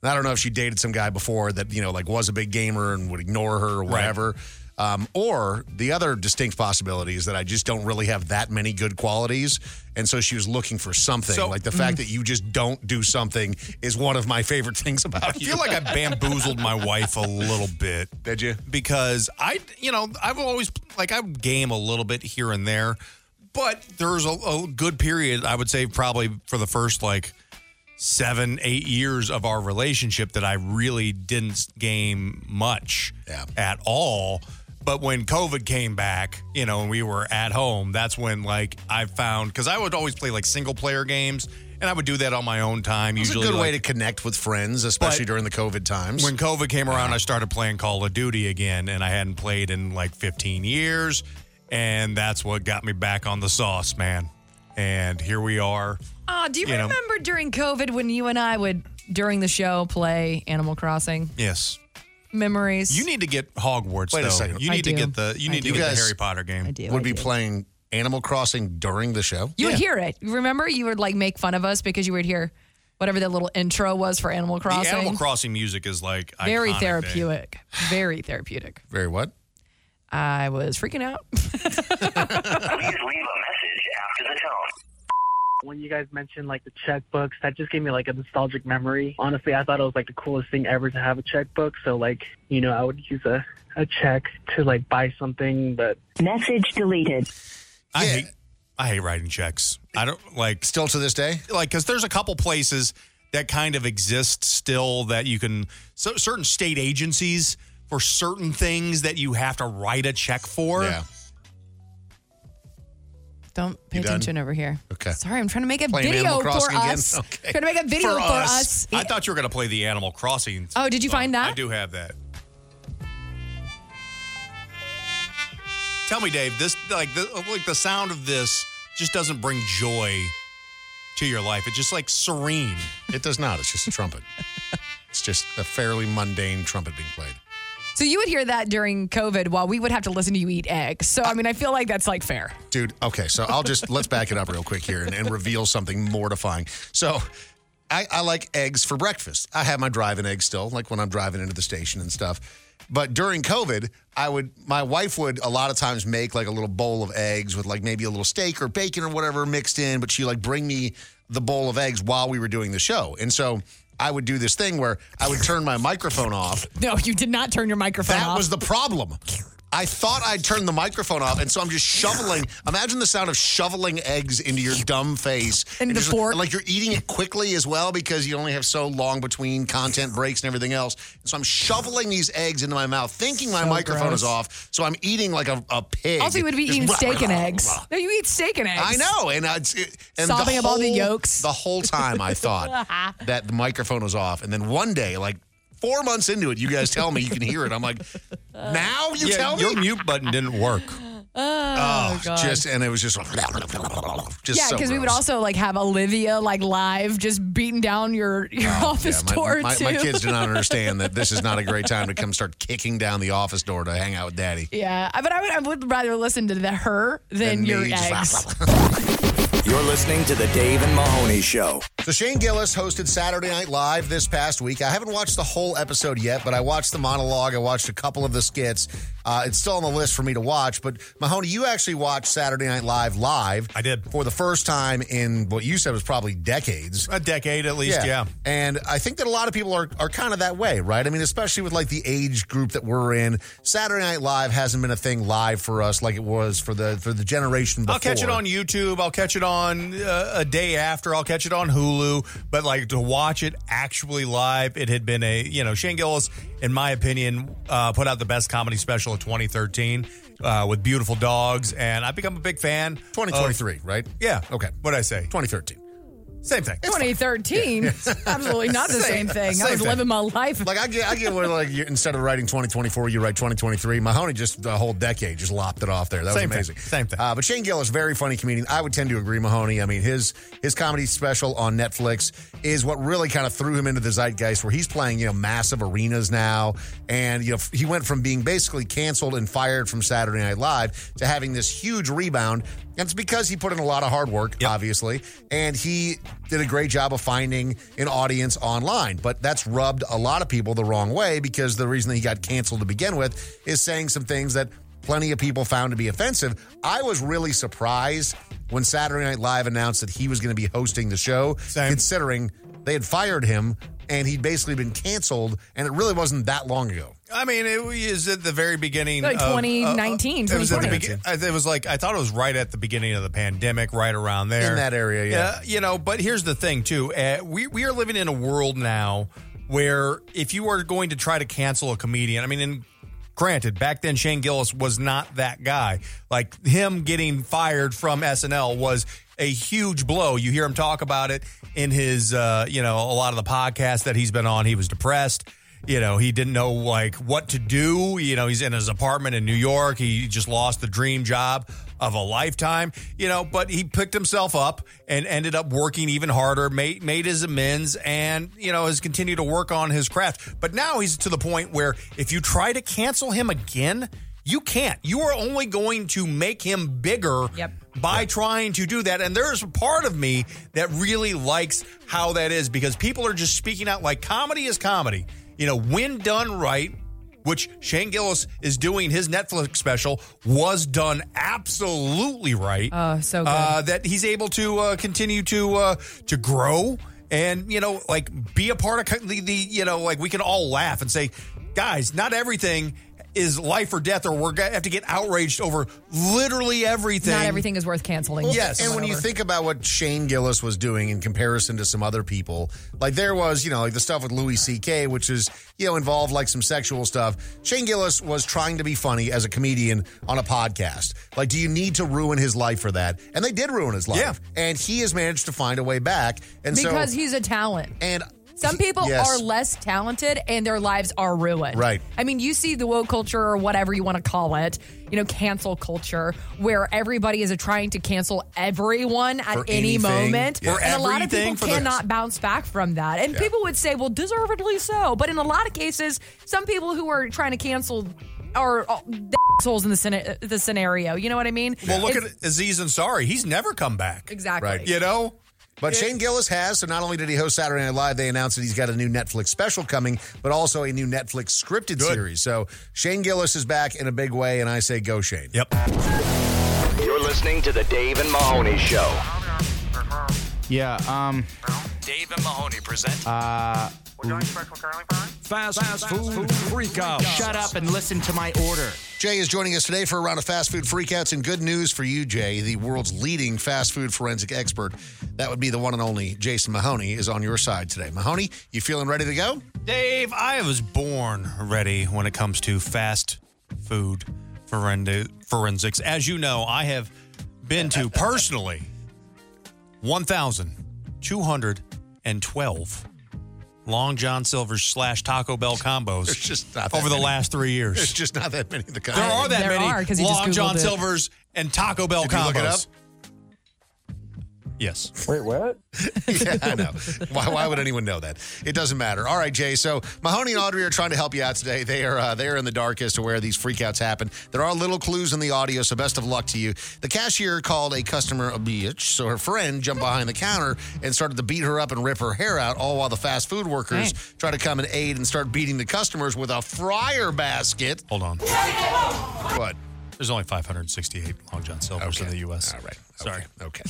A: And I don't know if she dated some guy before that, you know, like was a big gamer and would ignore her or whatever. Um, or the other distinct possibility is that I just don't really have that many good qualities. And so she was looking for something.
E: So-
A: like the fact
E: Mhm.
A: that you just don't do something is one of my favorite things about
E: I
A: you.
E: feel like I bamboozled my wife a little bit.
A: Did you?
E: Because I, you know, I've always like I game a little bit here and there, but there's a, a good period I would say probably for the first like seven, eight years of our relationship that I really didn't game much at all. But when COVID came back, you know, and we were at home, that's when like I found because I would always play like single player games, and I would do that on my own time.
A: It's a
E: usually,
A: good way
E: like-
A: to connect with friends, especially during the COVID times.
E: when COVID came
A: Uh-huh.
E: around, I started playing Call of Duty again, and I hadn't played in like 15 years. And that's what got me back on the sauce, man. And here we are.
F: Oh, do you,
E: You know.
F: remember during COVID when you and I would, during the show, play Animal Crossing?
E: Yes.
F: Memories.
E: You need to get Hogwarts.
A: Wait
E: though.
A: a second.
E: You need to get the you need to get the Harry Potter game.
A: Would be playing Animal Crossing during the show.
F: You would hear it. You Remember, you would like make fun of us because you would hear whatever that little intro was for Animal
E: The
F: Crossing.
E: Animal Crossing music is like
F: Very
E: iconic thing.
F: therapeutic. Very therapeutic.
A: Very what?
F: I was freaking out.
K: When you guys mentioned like the checkbooks, that just gave me like a nostalgic memory. Honestly, I thought it was like the coolest thing ever to have a checkbook. So like, you know, I would use a, a check to like buy something, but message deleted.
E: I hate I hate writing checks. I don't like
A: still to this day.
E: Like cuz there's a couple places that kind of exist still that you can so, certain state agencies for certain things that you have to write a check for. Yeah.
F: Don't pay
E: You done?
F: attention over here.
A: Okay.
F: Sorry, I'm trying to make a
E: Playing
F: video
E: Animal
F: for
E: Crossing again?
F: us.
E: Okay.
F: Trying to make a video for, us.
E: I thought you were going to play the Animal Crossing.
F: Oh, did you
E: song.
F: find that?
E: I do have that. Tell me, Dave, this like the like the sound of this just doesn't bring joy to your life. It's just like serene.
A: It does not. It's just a trumpet. it's just a fairly mundane trumpet being played.
F: So you would hear that during COVID while we would have to listen to you eat eggs. So I mean, I feel like that's like fair.
A: Dude, okay, so I'll just let's back it up real quick here and, and reveal something mortifying. So I, I like eggs for breakfast. I have my driving eggs still, like when I'm driving into the station and stuff. But during COVID, I would my wife would a lot of times make like a little bowl of eggs with like maybe a little steak or bacon or whatever mixed in, but she like bring me the bowl of eggs while we were doing the show. And so I would do this thing where I would turn my microphone off
F: No, you did not turn your microphone
A: that
F: off.
A: was the problem. I thought I'd turned the microphone off, and so I'm just shoveling. Imagine the sound of shoveling eggs into your dumb face. And, the fork. Like you're eating it quickly as well because you only have so long between content breaks and everything else. And so I'm shoveling these eggs into my mouth, thinking my
F: So
A: microphone
F: gross.
A: is off. So I'm eating like a, a pig.
F: also, you would be
A: Just
F: eating
A: blah,
F: steak
A: blah,
F: and
A: blah,
F: eggs.
A: blah.
F: No, you eat steak and eggs.
A: I know, and I, it's- it, and
F: Sobbing
A: the
F: up all the
A: whole-
F: yolks.
A: The whole time I thought that the microphone was off, and then one day, like four months into it, you guys tell me you can hear it. I'm like, now you
E: Yeah,
A: tell me
E: your mute button didn't work.
F: Oh, God.
A: just and it was just just
F: yeah,
A: so
F: because we would
A: gross.
F: also like have Olivia like live just beating down your your office
A: Oh, Yeah, my-
F: door
A: my,
F: too.
A: my kids do not understand that this is not a great time to come start kicking down the office door to hang out with daddy.
F: yeah, I- but I would I would rather listen to the, her than
A: And
F: your
A: me just-
F: eggs.
S: You're listening to The Dave and Mahoney Show.
A: So Shane Gillis hosted Saturday Night Live this past week. I haven't watched the whole episode yet, but I watched the monologue. I watched a couple of the skits. Uh, it's still on the list for me to watch. But Mahoney, you actually watched Saturday Night Live live. I did for the first time in what you said was probably decades.
E: A decade at least, yeah.
A: And I think that a lot of people are, are kind of that way, right? I mean, especially with like the age group that we're in. Saturday Night Live hasn't been a thing live for us like it was for the for the generation before.
E: I'll catch it on YouTube. I'll catch it on uh, a day after. I'll catch it on Hulu. But like to watch it actually live, it had been a you know Shane Gillis, in my opinion, uh, put out the best comedy special of 2013 uh, with Beautiful Dogs, and I've become a big fan.
A: 2023, right?
E: Yeah.
A: Okay.
E: What I say?
A: 2013.
E: Same thing.
C: 2013. Absolutely not the same, thing. I
A: Same
C: was
A: thing.
C: living my life.
A: Like I get, I get where like you, instead of writing 2024, you write 2023. Mahoney just the whole decade just lopped it off there. That
E: Same thing.
A: was amazing.
E: Same thing.
A: Uh, but Shane Gillis, very funny comedian. I would tend to agree, Mahoney. I mean, his his comedy special on Netflix is what really kind of threw him into the zeitgeist, where he's playing you know massive arenas now, and you know he went from being basically canceled and fired from Saturday Night Live to having this huge rebound. And it's because he put in a lot of hard work, obviously, and he did a great job of finding an audience online. But that's rubbed a lot of people the wrong way because the reason that he got canceled to begin with is saying some things that plenty of people found to be offensive. I was really surprised when Saturday Night Live announced that he was going to be hosting the show, considering they had fired him and he'd basically been canceled, and it really wasn't that long ago.
E: I mean, it was at the very beginning.
C: Like
E: of- uh,
C: 2019,
E: it was at the
C: 2020.
E: begin- I- It was like I thought it was right at the beginning of the pandemic, right around there
A: In that area, yeah.
E: Uh, you know. But here's the thing, too. Uh, we we are living in a world now where if you are going to try to cancel a comedian, I mean, and granted, back then Shane Gillis was not that guy. Like him getting fired from SNL was a huge blow. You hear him talk about it in his, uh, you know, a lot of the podcasts that he's been on. He was depressed you know he didn't know like what to do you know he's in his apartment in new york he just lost the dream job of a lifetime you know but he picked himself up and ended up working even harder made, made his amends and you know has continued to work on his craft but now he's to the point where if you try to cancel him again you can't you are only going to make him bigger by trying to do that. And there's a part of me that really likes how that is because people are just speaking out like comedy is comedy. You know, when done right, which Shane Gillis is doing his Netflix special, was done absolutely right.
C: Oh, so good.
E: Uh, that he's able to uh, continue to uh, to grow and you know like be a part of co- the, the you know like we can all laugh and say guys not everything is life or death or we're gonna have to get outraged over literally everything
C: Not everything is worth canceling.
A: Yes. And when you
C: Whatever.
A: think about what Shane Gillis was doing in comparison to some other people, like there was, you know, like the stuff with Louis C.K., which is, you know, involved like some sexual stuff. Shane Gillis was trying to be funny as a comedian on a podcast. Like, do you need to ruin his life for that? And they did ruin his life.
E: Yeah.
A: And he has managed to find a way back. And
C: because
A: so,
C: he's a talent.
A: And
C: some people
A: yes.
C: are less talented and their lives are ruined.
A: Right.
C: I mean, you see the woke culture or whatever you want to call it, you know, cancel culture, where everybody is trying to cancel everyone at
E: For
C: any
E: anything.
C: moment.
E: Yeah. For
C: And a lot of
E: everything
C: people
E: for the-
C: cannot bounce back from that. And
E: Yeah.
C: people would say, well, deservedly so. But in a lot of cases, some people who are trying to cancel are uh, the assholes in the, scena- the scenario. You know what I mean?
E: well look
C: It's-
E: at aziz ansari he's never come back
C: Exactly.
A: Right.
E: you know
A: But
E: Yeah.
A: Shane Gillis has, so not only did he host Saturday Night Live, they announced that he's got a new Netflix special coming, but also a new Netflix scripted series. So Shane Gillis is back in a big way, and I say go, Shane.
E: Yep.
S: You're listening to The Dave and Mahoney Show.
U: Yeah. Um.
S: Dave and Mahoney present
U: Uh. Fast, fast food freak out. Shut up and listen to my order.
A: Jay is joining us today for a round of fast food freakouts, and good news for you, Jay, the world's leading fast food forensic expert. That would be the one and only Jason Mahoney is on your side today. Mahoney, you feeling ready to go?
E: Dave, I was born ready when it comes to fast food forend- forensics. As you know, I have been to personally 1,212 Long John Silver's slash Taco Bell combos
A: There's just not that
E: over the
A: many.
E: last three years.
A: There's just not that many of the
E: there are that many Long John Silver's and Taco Bell
A: Did you
E: combos.
A: look it up?
E: Yes.
A: Wait, what? yeah, I know. Why, why would anyone know that? It doesn't matter. All right, Jay. So Mahoney and Audrey are trying to help you out today. They are uh, they are in the dark as to where these freakouts happen. There are little clues in the audio, so best of luck to you. The cashier called a customer a bitch, so her friend jumped behind the counter and started to beat her up and rip her hair out, all while the fast food workers try to come and aid and start beating the customers with a fryer basket.
E: Hold on.
A: What?
E: There's only 568 Long John Silver's in the U.S. All right. Sorry.
A: Okay.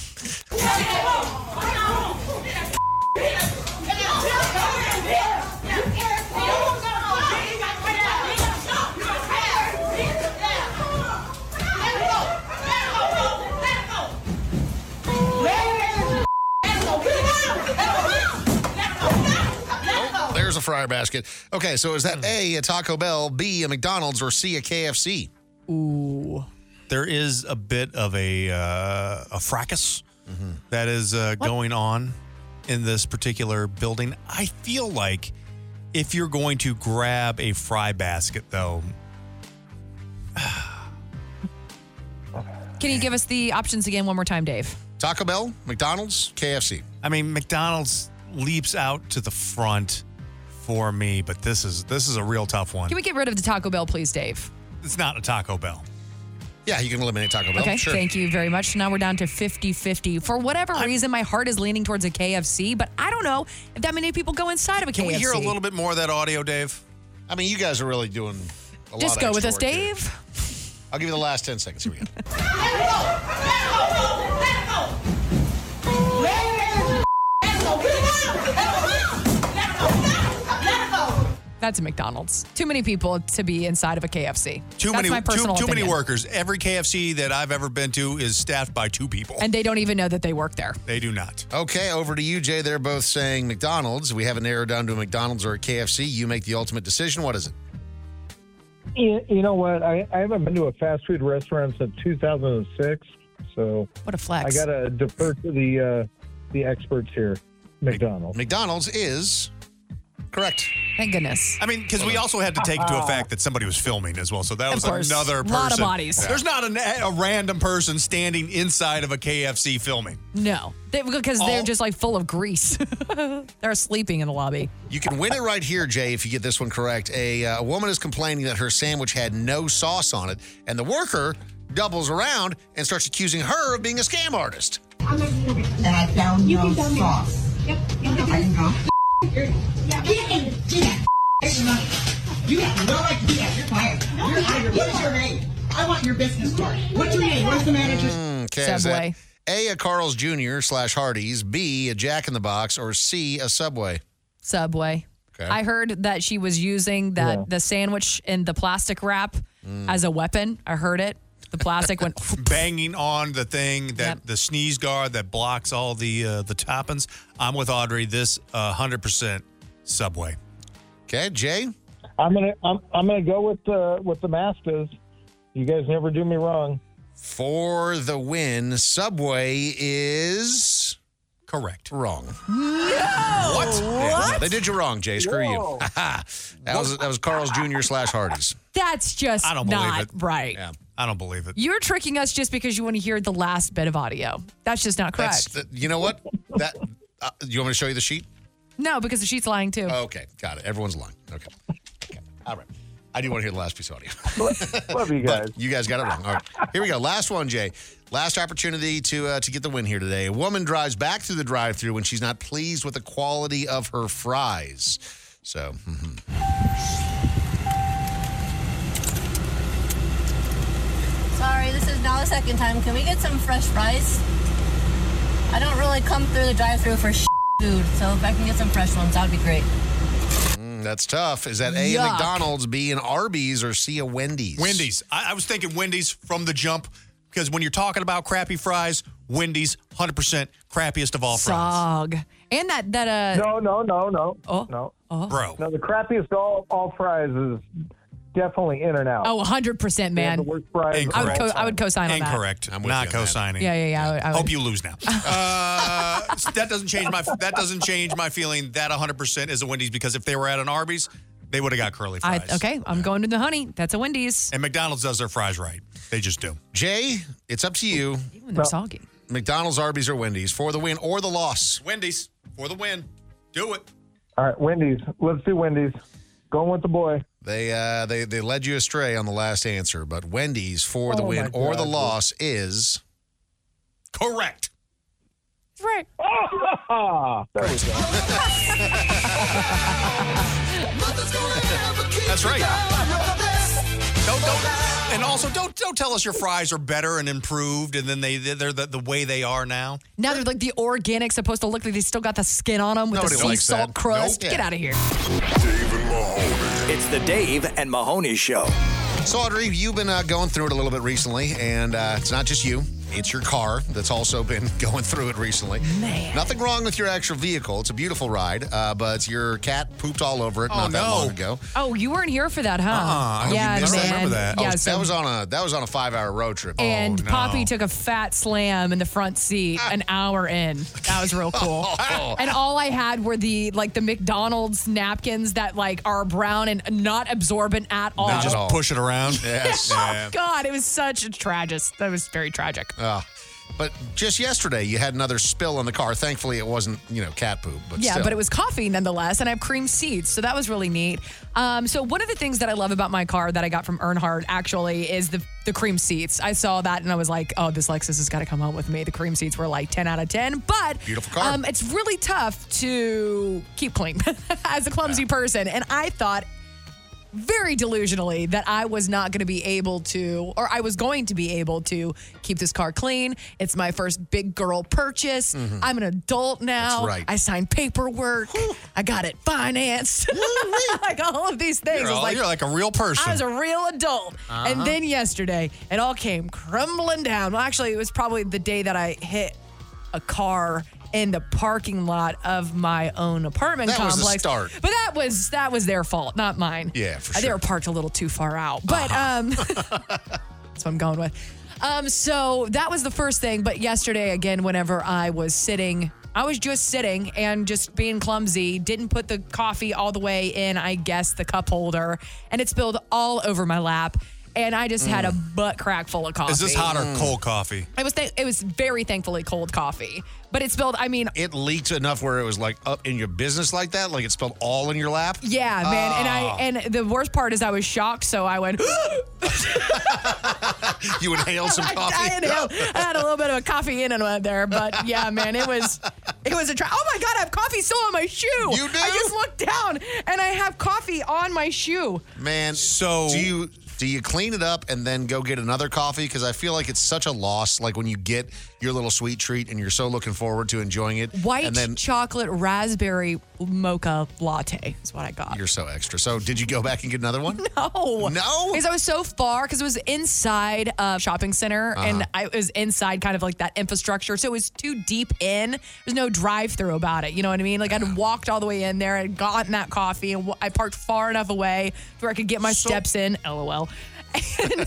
A: There's a fryer basket. Okay, so is that A, a Taco Bell, B, a McDonald's, or C, a KFC?
E: Ooh. There is a bit of a uh, a fracas that is uh, going on in this particular building. I feel like if you're going to grab a fry basket, though,
F: Can you give us the options again one more time, Dave?
A: Taco Bell, McDonald's, KFC.
E: I mean, McDonald's leaps out to the front for me, but this is this is a real tough one.
F: Can we get rid of the Taco Bell, please, Dave?
E: it's not a Taco Bell.
A: Yeah, you can eliminate Taco
E: Oh,
F: okay, thank you very much. Now we're down to 50 50. For whatever reason, my heart is leaning towards a KFC, but I don't know if that many people go inside of a
E: Can
F: KFC.
E: we hear a little bit more of that audio, Dave?
A: I mean, you guys are really doing a lot
F: Just
A: of
F: go with us,
A: extra work here.
F: Dave.
A: I'll give you the last 10 seconds. Here we go.
F: That's a McDonald's. Too many people to be inside of a KFC.
E: Too
F: That's
E: many,
F: my
E: too,
F: personal
E: too many
F: opinion.
E: workers. Every KFC that I've ever been to is staffed by two people.
F: And they don't even know that they work there.
E: They do not.
A: Okay, over to you, Jay. They're both saying McDonald's. We haven't narrowed down to a McDonald's or a KFC. You make the ultimate decision. What is it?
V: You, you know what? I, I haven't been to a fast food restaurant since 2006, so
F: what a flex!
V: I gotta defer to the uh, the experts here. McDonald's.
A: McDonald's is correct.
F: Thank goodness.
E: I mean, because we also had to take into effect that somebody was filming as well. So that
F: Of
E: was
F: course.
E: another person.
F: Lot of bodies.
E: There's not an, a random person standing inside of a KFC filming.
F: No, they, because
E: Oh.
F: they're just like full of grease. they're sleeping in the lobby.
A: You can win it right here, Jay, if you get this one correct. A, uh, woman is complaining that her sandwich had no sauce on it, and the worker doubles around and starts accusing her of being a scam artist.
P: And I found you no sauce. Yep. You can go. Get in. Get out. You have no idea. You're fired. You're fired. What is your name? I want your business card. What's your name? What's the manager's?
A: Okay, is that A, a Carl's Jr. slash Hardee's, B, a Jack in the Box, or C, a Subway?
F: Subway.
A: Okay.
F: I heard that she was using that
A: Yeah.
F: the sandwich in the plastic wrap as a weapon. I heard it. The plastic went.
E: Banging on the thing that the sneeze guard that blocks all the uh, the toppings. I'm with Audrey. This uh, 100% Subway.
A: Okay, Jay.
V: I'm gonna I'm, I'm gonna go with the with the Masters. You guys never do me wrong.
A: For the win, Subway is correct. Wrong.
F: No.
A: What? Yeah, they did you wrong, Jay. Screw
F: Whoa.
A: you. that was that was Carl's Jr. slash Hardee's.
F: That's just
A: I don't believe
F: not
A: it.
F: right.
A: Yeah, I don't believe it.
F: You're tricking us just because you want to hear the last bit of audio. That's just not correct.
A: That's the, you know what? That uh, you want me to show you the sheet?
F: no, because she's lying too.
A: Okay, got it. Everyone's lying. Okay. okay. All right. I do want to hear the last piece of audio.
V: Love you
A: guys. you guys got it wrong. All right. Here we go. Last one, Jay. Last opportunity to uh, to get the win here today. A woman drives back through the drive-through when she's not pleased with the quality of her fries. So, mhm.
W: Sorry, this is now the second time. Can we get some fresh fries? I don't really come through the drive-through for food, so if I can get some fresh ones, that would be great.
A: Mm, that's tough. Is that A, a
W: Yuck.
A: McDonald's, B, an Arby's, or C, a Wendy's?
E: Wendy's. I, I was thinking Wendy's from the jump because when you're talking about crappy fries, Wendy's 100% crappiest of all fries.
F: Sog. And that that uh
V: No, no, no, no. Oh no,
E: bro.
V: No, the crappiest all all fries is definitely In and Out.
F: oh 100% man.
V: the worst fries.
F: I would co- I would co-sign on that.
E: Incorrect. I'm not co-signing.
F: Yeah, yeah, yeah. I would- I would-
E: Hope you lose now. uh, that doesn't change my that doesn't change my feeling that 100% is a Wendy's because if they were at an Arby's, they would have got curly
F: I,
E: fries.
F: okay, I'm going to the honey. That's a Wendy's.
E: And McDonald's does their fries right. They just do.
A: Jay, it's up to you.
F: Even they're soggy.
A: McDonald's, Arby's, or Wendy's for the win or the loss.
E: Wendy's for the win. Do it.
V: All right, Wendy's. Let's do Wendy's. Going with the boy.
A: They uh, they they led you astray on the last answer, but Wendy's for the
V: Oh,
A: win
V: my
A: or the
V: God.
A: loss is correct.
C: Right.
V: there we go.
E: That's right. Don't, don't, and also don't don't tell us your fries are better and improved, and then they they're the, the way they are now.
F: Now they're like the organic supposed to look like they still got the skin on them with
E: Nobody
F: the sea
E: likes
F: salt
E: that.
F: crust.
E: Nope.
F: Get out of here.
H: It's the Dave and Mahoney Show.
A: So, Audrey, you've been uh, going through it a little bit recently, and uh, it's not just you. It's your car that's also been going through it recently. Man. Nothing wrong with your actual vehicle. It's a beautiful ride, uh, but your cat pooped all over it
F: Oh,
A: not that
F: no.
A: long ago.
F: Oh, you weren't here for that, huh?
A: I
F: yeah,
A: missed
F: man. Yeah, so-
A: that was on a that was on a five hour road trip. Oh,
F: and Poppy took a fat slam in the front seat an hour in. That was real cool.
E: Oh.
F: and all I had were the like the McDonald's napkins that like are brown and not absorbent at all.
E: just push it around.
A: Oh. Yes.
F: oh God, it was such a tragic. That was very tragic.
A: Uh, but just yesterday, you had another spill in the car. Thankfully, it wasn't you know cat poop. But
F: yeah,
A: still.
F: but it was coffee nonetheless, and I have cream seeds, so that was really neat. Um, so one of the things that I love about my car that I got from Earnhardt actually is the the cream seats. I saw that and I was like, oh, this Lexus has got to come home with me. The cream seats were like ten out of ten, but
A: Beautiful car.
F: Um, it's really tough to keep clean as a clumsy person, and I thought very delusionally that I was not going to be able to, or I was going to be able to keep this car clean. It's my first big girl purchase.
A: Mm-hmm.
P: Mhm.
F: I'm an adult now.
P: That's right.
F: I signed paperwork. I got it financed. like all of these things.
E: You're
F: It's
E: all- you're like a real person.
F: I was a real adult.
E: Uh-huh.
F: And then yesterday, it all came crumbling down. Well, actually, it was probably the day that I hit a car in the parking lot of my own apartment
A: That was
F: complex.
A: the start.
F: But that was that was their fault, not mine.
A: Yeah, for Uh-huh.
F: Uh, They were parked a little too far out. But um that's what I'm going with. Um so that was the first thing, but yesterday again whenever I was sitting I was just sitting and just being clumsy, didn't put the coffee all the way in, I guess the cup holder, and it spilled all over my lap and I just had a butt crack full of coffee.
E: Mm. Is this hot or cold coffee?
F: It was th- it was very thankfully cold coffee, but it spilled. I mean,
A: it leaked enough where it was like up in your business like that, like it spilled all in your lap.
F: yeah, man.
E: Ah.
A: Oh.
F: And I and the worst part is I was shocked, so I went.
A: you inhaled some coffee.
F: I, inhaled. I had a little bit of a coffee in and out there, but yeah, man, it was it was a try. Oh my god, I have coffee still on my shoe. You do? I just looked down and I have coffee on my shoe.
A: Man, so do you do you clean it up and then go get another coffee? Because I feel like it's such a loss. Like when you get your little sweet treat and you're so looking forward to enjoying it,
F: White
A: and then
F: chocolate raspberry mocha latte is what I got.
A: you're so extra. So did you go back and get another one?
F: No.
A: No?
F: Because I was so far, because it was inside a shopping center and I it was inside kind of like that infrastructure. So it was too deep in. There's no drive through about it. You know what I mean? Like I'd walked all the way in there and gotten that coffee and w- I parked far enough away to where I could get my steps in. LOL. And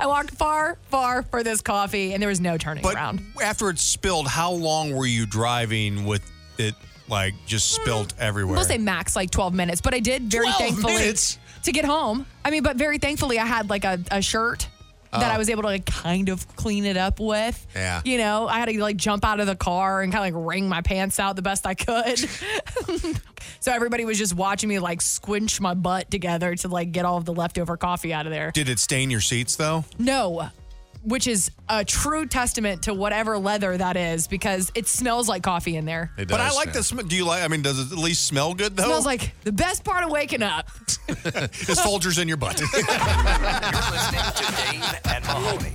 F: I walked far, far for this coffee and there was no turning
E: But
F: around.
E: after it spilled, how long were you driving with it like just
F: Mm.
E: spilled everywhere?
F: We'll say max like 12 minutes, but I did very
E: 12
F: thankfully
E: minutes?
F: to get home. I mean, but very thankfully I had like a, a shirt that
P: Oh.
F: I was able to like kind of clean it up with.
P: Yeah.
F: You know, I had to like jump out of the car and kind of like wring my pants out the best I could. so everybody was just watching me like squinch my butt together to like get all of the leftover coffee out of there.
E: Did it stain your seats though?
F: No, which is a true testament to whatever leather that is because it smells like coffee in there.
E: but I like the smell. Do you like? I mean, does it at least smell good though?
F: Smells like the best part of waking up.
E: His Folgers in your butt.
H: And Mahoney.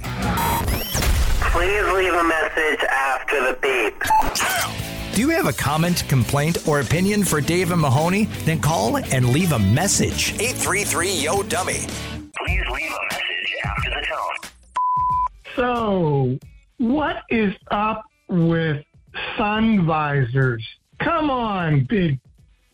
L: Please leave a message after the beep.
H: Do you have a comment, complaint, or opinion for Dave and Mahoney? Then call and leave a message. 833 Yo Dummy.
L: Please leave a message after the tone.
R: So, Oh, what is up with sun visors? Come on, big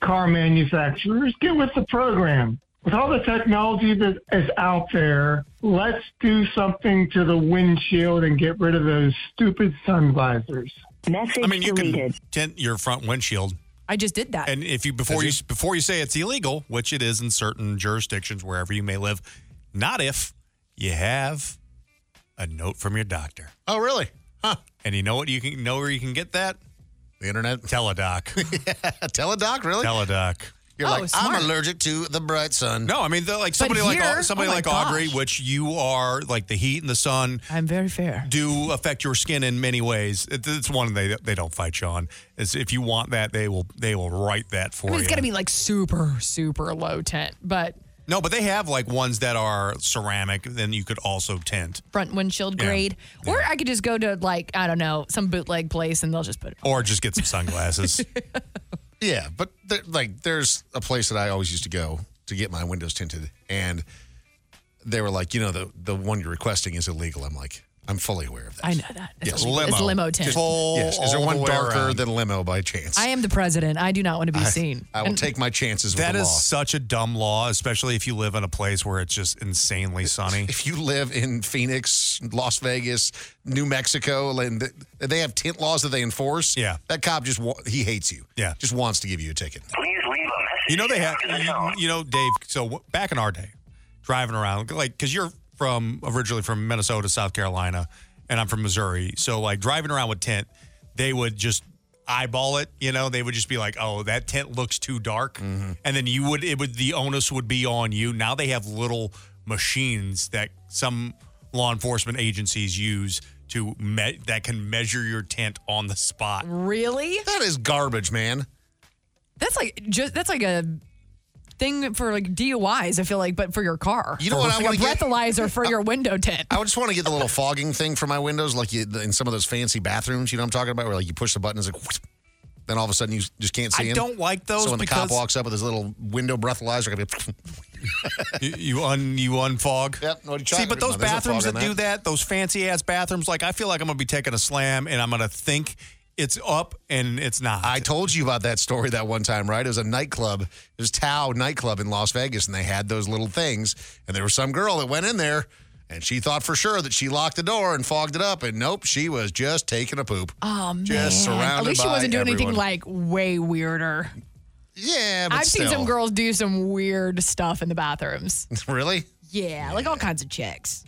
R: car manufacturers, get with the program. With all the technology that is out there, let's do something to the windshield and get rid of those stupid sun visors.
N: Message
E: I mean, you can tint your front windshield.
F: I just did that.
E: And if you before you before you say it's illegal, which it is in certain jurisdictions wherever you may live, not if you have a note from your doctor.
A: Oh, really?
E: And you know what? You can know where you can get that.
A: The internet.
E: Teledoc.
A: Teledoc, really?
E: Teledoc.
F: Oh,
A: You're like, I'm allergic to the bright sun.
E: No, I mean, they're like somebody like
A: here-
E: Au- somebody
A: oh my
E: like Audrey,
A: gosh.
E: which you are like the heat and the sun.
F: I'm very fair.
E: Do affect your skin in many ways. It- It's one they they don't fight you on. Is if you want that, they will they will write that for
F: I mean,
E: you.
F: it's got to be like super, super low tint, but
E: no, but they have like ones that are ceramic. Then you could also tint
F: front windshield
E: Yeah.
F: grade. Or I could just go to like, I don't know, some bootleg place and they'll just put it.
A: Oh.
E: or just get some sunglasses.
A: Yeah, but there, like, there's a place that I always used to go to get my windows tinted, and they were like, you know, the the one you're requesting is illegal. I'm like, I'm fully aware of that.
F: I know that. It's
A: yes,
F: limo. It's limo tint.
A: Just- yes, is there
E: all
A: one
E: the way
A: darker
E: around.
A: than limo by chance?
F: I am the president. I do not want to be seen.
A: I will
F: And-
A: take my chances with
E: That
A: the
E: is
A: law.
E: such a dumb law, especially if you live in a place where it's just insanely sunny.
A: if you live in Phoenix, Las Vegas, New Mexico, and th- they have tint laws that they enforce, yeah, that cop just wa- he hates you. Yeah, just wants to give you a ticket.
L: Please leave a message.
E: You know they have. You, you know, Dave. So w- back in our day, driving around, like, because you're from originally from Minnesota, South Carolina, and I'm from Missouri. So like driving around with tint, they would just eyeball it. You know, they would just be like, "Oh, that tint looks too dark," and then you would it would the onus would be on you. Now they have little machines that some law enforcement agencies use to me- that can measure your tint on the spot.
F: Really?
A: That is garbage, man.
F: That's like just that's like a thing for like DUIs. I feel like, but for your car,
A: You know what
F: It's
A: I
F: like a
A: wanna get?
F: breathalyzer for your window tint.
A: I would just want to get the little fogging thing for my windows, like you, in some of those fancy bathrooms. You know what I'm talking about, where like you push the buttons, like, whoosh, then all of a sudden you just can't see.
E: I
A: him.
E: don't like those
A: So when the cop
E: because-
A: walks up with his little window breathalyzer, I'm gonna be,
E: you, you un you unfog.
A: Yep. no
E: See,
A: chocolate-
E: but those
A: no, there's no
E: bathrooms
A: fog
E: that,
A: on
E: do that, those fancy ass bathrooms, like I feel like I'm gonna be taking a slam and I'm gonna think it's up and it's not.
A: I told you about that story that one time, right? It was a nightclub. It was Tao nightclub in Las Vegas, and they had those little things. And there was some girl that went in there, and she thought for sure that she locked the door and fogged it up. And nope, she was just taking a poop.
F: Oh man!
A: Just
F: At
A: surrounded
F: least she
A: by
F: wasn't doing anything
A: everyone.
F: like way weirder.
A: Yeah, but
F: I've seen
A: still.
F: some girls do some weird stuff in the bathrooms.
A: really?
F: Yeah, like all kinds of chicks.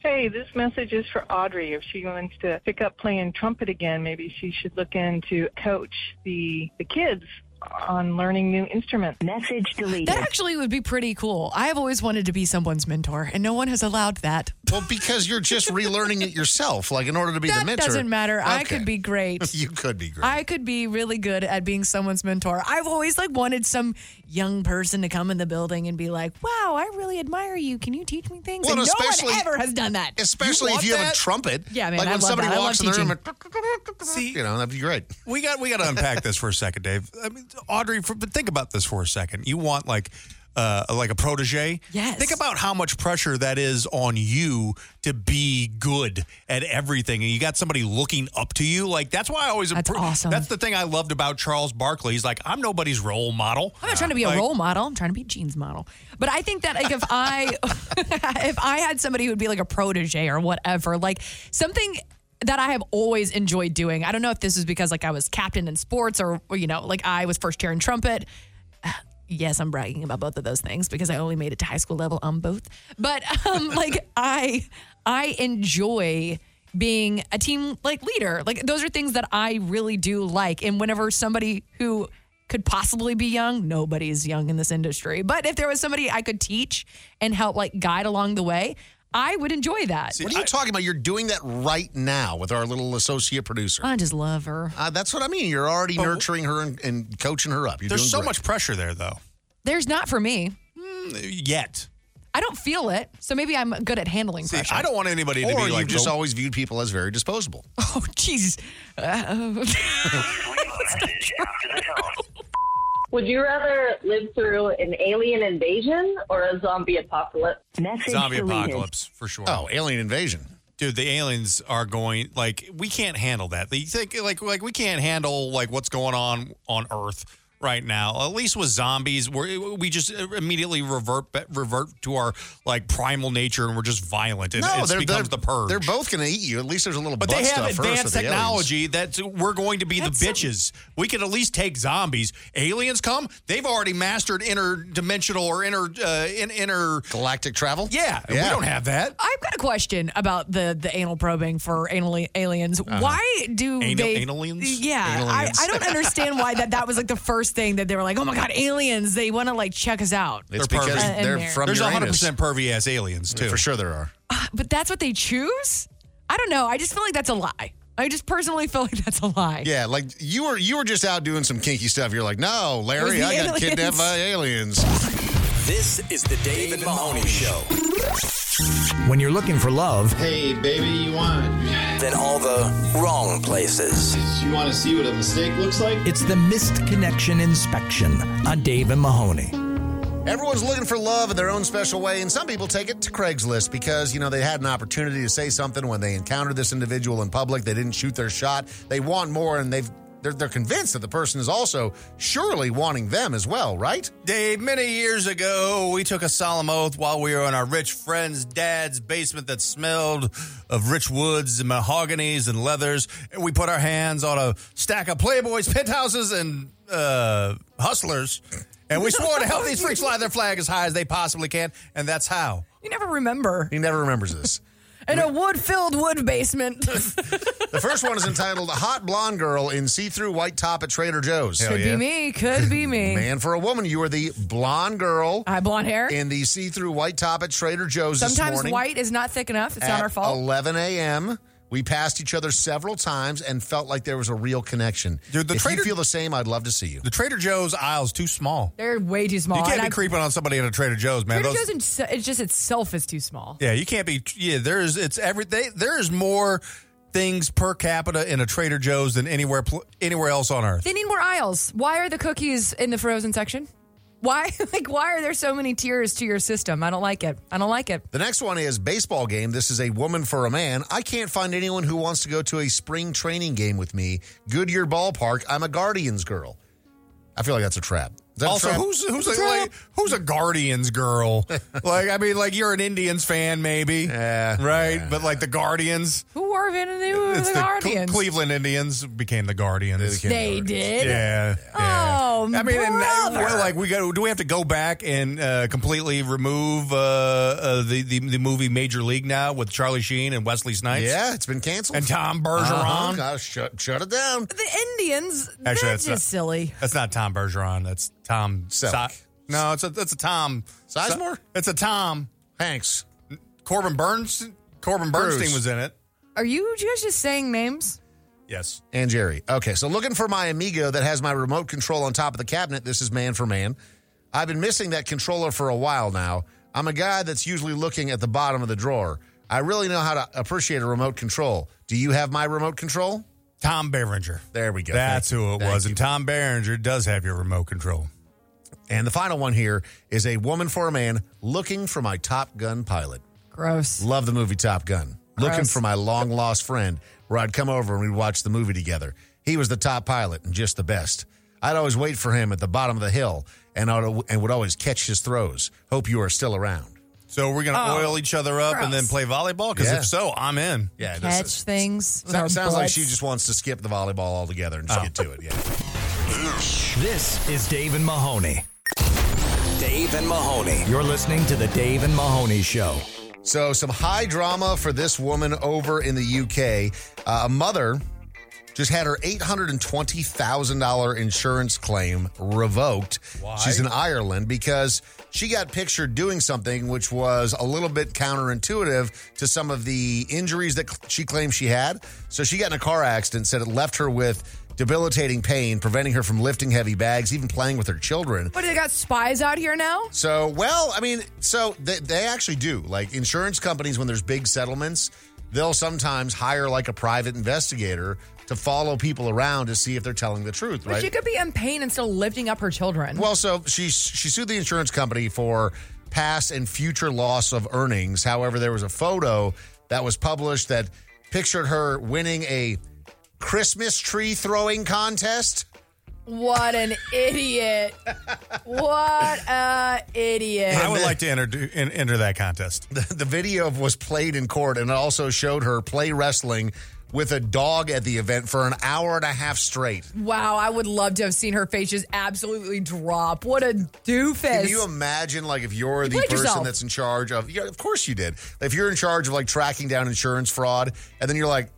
J: Hey, this message is for Audrey. If she wants to pick up playing trumpet again, maybe she should look into coach the the kids on learning new instruments.
N: Message deleted.
F: That actually would be pretty cool. I have always wanted to be someone's mentor, and no one has allowed that.
A: Well, because you're just relearning it yourself. Like in order to be the
F: That
A: mentor,
F: doesn't matter. I could be great.
A: you could be great.
F: I could be really good at being someone's mentor. I've always like wanted some young person to come in the building and be like, "Wow, I really admire you. Can you teach me things?"
A: Well,
F: and no
A: especially-
F: one ever has done that.
A: Especially if you have a trumpet.
F: Yeah, man.
A: Like
F: I
A: when
F: love
A: somebody
F: that. I
A: walks
F: love
A: in the room
F: teaching.
E: See,
A: you know that'd be great.
E: We got we got to unpack this for a second, Dave. I mean, Audrey, for, but think about this for a second. You want like. Uh, like a protege.
F: Yes.
E: Think about how much pressure that is on you to be good at everything, and you got somebody looking up to you. Like that's why I always. That's awesome. That's the thing I loved about Charles Barkley. He's like, I'm nobody's role model.
F: I'm not trying to be a role model. I'm trying to be Jean's model. But I think that like if I if I had somebody who would be like a protege or whatever, like something that I have always enjoyed doing. I don't know if this is because like I was captain in sports or, or, you know, like I was first chair in trumpet. Yes, I'm bragging about both of those things because I only made it to high school level on both. But um like I I enjoy being a team like leader. Like those are things that I really do like and whenever somebody who could possibly be young. Nobody's young in this industry. But if there was somebody I could teach and help like guide along the way, I would enjoy that.
A: what are you talking about? You're doing that right now with our little associate producer.
F: I just love her.
A: Uh, that's what I mean. You're already nurturing her and, and coaching her up. You're
E: Oh. There's
A: doing
E: so
A: great.
E: much pressure there, though.
F: There's not for me.
E: Yet.
F: I don't feel it. So maybe I'm good at handling pressure.
E: I don't want anybody to
A: Or
E: be
A: you've
E: like
A: just
E: the-
A: always viewed people as very disposable.
F: Oh, jeez. Uh,
X: Would you rather live through an alien invasion or a zombie apocalypse? Message
E: Zombie apocalypse for sure.
A: Oh, alien invasion.
E: Dude, the aliens are going like we can't handle that. You think like like we can't handle like what's going on on Earth right now. At least with zombies, we we just immediately revert revert to our like primal nature, and we're just violent. It, it becomes the purge.
A: They're both going to eat you. At least there's a little
E: But
A: butt
E: they have
A: stuff first
E: advanced
A: of the aliens.
E: technology that we're going to be the bitches. we could at least take zombies. Aliens come; they've already mastered interdimensional or inter uh, in, inter
A: galactic travel.
E: Yeah, we don't have that.
F: I've got a question about the the anal probing for anal aliens.
E: Uh-huh.
F: Why do
E: Anal-
F: they
E: aliens?
F: Yeah, I,
E: Aliens.
F: I don't understand why that that was like the first thing that they were like, oh my god, aliens! They want to like check us out.
E: They're pervy.
F: Uh, in there.
E: There's 100% pervy ass aliens too. For
A: sure there are.
F: Uh, but that's what they choose. I don't know. I just feel like that's a lie. I just personally feel like that's a lie.
A: Yeah, like you were you were just out doing some kinky stuff. You're like, no,
F: It was
A: Larry,
F: the
A: I got
F: aliens."
A: kidnapped by aliens.
B: This is the Dave and Mahoney Show.
H: When you're looking for love,
Y: Hey, baby, you want?
B: Then all the wrong places.
Y: You want to see what a mistake looks like?
H: it's the missed connection inspection on Dave and Mahoney.
A: Everyone's looking for love in their own special way, and some people take it to Craigslist because, you know, they had an opportunity to say something when they encountered this individual in public. They didn't shoot their shot. They want more, and they've they're, they're convinced that the person is also surely wanting them as well, right?
E: Dave, many years ago, we took a solemn oath while we were in our rich friend's dad's basement that smelled of rich woods and mahoganies and leathers. And we put our hands on a stack of Playboys, penthouses, and uh, hustlers. And we swore to help these freaks fly their flag as high as they possibly can. And that's how.
F: You never remember.
A: He never remembers this.
F: In a wood-filled wood basement.
E: Oh,
A: The first one is entitled Hot Blonde Girl in See Through White Top at Trader Joe's.
F: could be me. Could be me.
A: Man, for a woman, you are the blonde girl.
F: I have blonde hair.
A: In the see through white top at Trader Joe's this
F: Sometimes
A: morning.
F: white is not thick enough. It's
A: at
F: not our fault.
A: 11 a.m. We passed each other several times and felt like there was a real connection.
E: the
A: if
E: Trader-
A: you feel the same, I'd love to see you.
E: The Trader Joe's aisle's too small.
F: They're way too small.
E: You can't
F: Oh, and
E: be
F: I-
E: creeping on somebody at a Trader Joe's, man.
F: Trader
E: Those-
F: Joe's in, it's just itself is too small.
E: Yeah, you can't be. Yeah, there's it's every they, there's more things per capita in a Trader Joe's than anywhere pl- anywhere else on earth.
F: They need more aisles. Why are the cookies in the frozen section? Why like why are there so many tiers to your system? I don't like it. I don't like it.
A: The next one is baseball game. This is a woman for a man. I can't find anyone who wants to go to a spring training game with me. Goodyear Ballpark. I'm a Guardians girl. I feel like that's a trap. Is that a
E: Also,
A: trap?
E: who's who's
A: It's
E: a, like, who's a Guardians girl? like, I mean, like you're an Indians fan, maybe,
A: Uh,
E: yeah, right? But like the Guardians,
F: Who are in the,
E: it's
F: the
E: Cle-
F: Guardians?
E: Cleveland Indians became the Guardians.
F: They did?
E: yeah.
F: Oh,
E: I mean, and, uh,
F: brother.
E: we're like we go. Do we have to go back and uh, completely remove uh, uh, the, the the movie Major League now with Charlie Sheen and Wesley Snipes?
A: Yeah, it's been canceled.
E: And Tom Bergeron.
A: Uh-huh. Gotta shut, shut it down.
F: the Indians.
E: Actually,
F: that's
E: that's
F: just
E: not-
F: silly.
E: That's not Tom Bergeron. That's Tom.
A: Selleck.
E: Si- no, it's a that's a Tom
A: Sizemore?
E: It's a Tom
A: Hanks.
E: Corbin Burns. Corbin
A: Bruce.
E: Bernstein was in it.
F: Are you guys just saying names?
E: Yes.
A: And Jerry. Okay, so looking for my Amigo that has my remote control on top of the cabinet. This is man for man. I've been missing that controller for a while now. I'm a guy that's usually looking at the bottom of the drawer. I really know how to appreciate a remote control. Do you have my remote control?
E: Tom Berenger.
A: There we go.
E: That's
A: Thank you.
E: who it
A: Thank
E: was.
A: you.
E: And Tom Berenger does have your remote control.
A: And the final one here is a woman for a man looking for my Top Gun pilot.
F: Gross.
A: Love the movie Top Gun. Looking
F: Gross.
A: for my long lost friend where I'd come over and we'd watch the movie together. He was the top pilot and just the best. I'd always wait for him at the bottom of the hill and, I'd, and would always catch his throws. Hope you are still around.
E: So we're gonna
A: Oh,
E: oil each other up and
A: gross.
E: then play volleyball. Because
A: Yeah.
E: if so, I'm in.
A: Yeah, this
F: Catch
A: is-
F: things. with our
A: sounds, sounds like
F: butts. Oh.
A: she just wants to skip the volleyball altogether and just get to it. Yeah.
H: This is Dave and Mahoney.
B: Dave and Mahoney.
H: You're listening to the Dave and Mahoney Show.
A: So, some high drama for this woman over in the UK. Uh, a mother just had her $820,000 insurance claim revoked.
E: Why?
A: She's in Ireland because she got pictured doing something which was a little bit counterintuitive to some of the injuries that cl- she claimed she had. So, she got in a car accident, said it left her with debilitating pain, preventing her from lifting heavy bags, even playing with her children.
F: What do they got spies out here now?
A: So, well, I mean, so they, they actually do. Like insurance companies, when there's big settlements, they'll sometimes hire like a private investigator to follow people around to see if they're telling the truth,
F: But
A: right?
F: she could be in pain and still lifting up her children.
A: well, so she she sued the insurance company for past and future loss of earnings. However, there was a photo that was published that pictured her winning a Christmas tree throwing contest.
C: What an idiot. What a idiot.
E: I would like to enter, in, enter that contest.
A: The, the video was played in court and it also showed her play wrestling with a dog at the event for an hour and a half straight.
C: Wow, I would love to have seen her face just absolutely drop. What a doofus.
A: Can you imagine, like, if you're the
C: played
A: person
C: yourself.
A: that's in charge of? Yeah, of course you did. If you're in charge of like tracking down insurance fraud, and then you're like,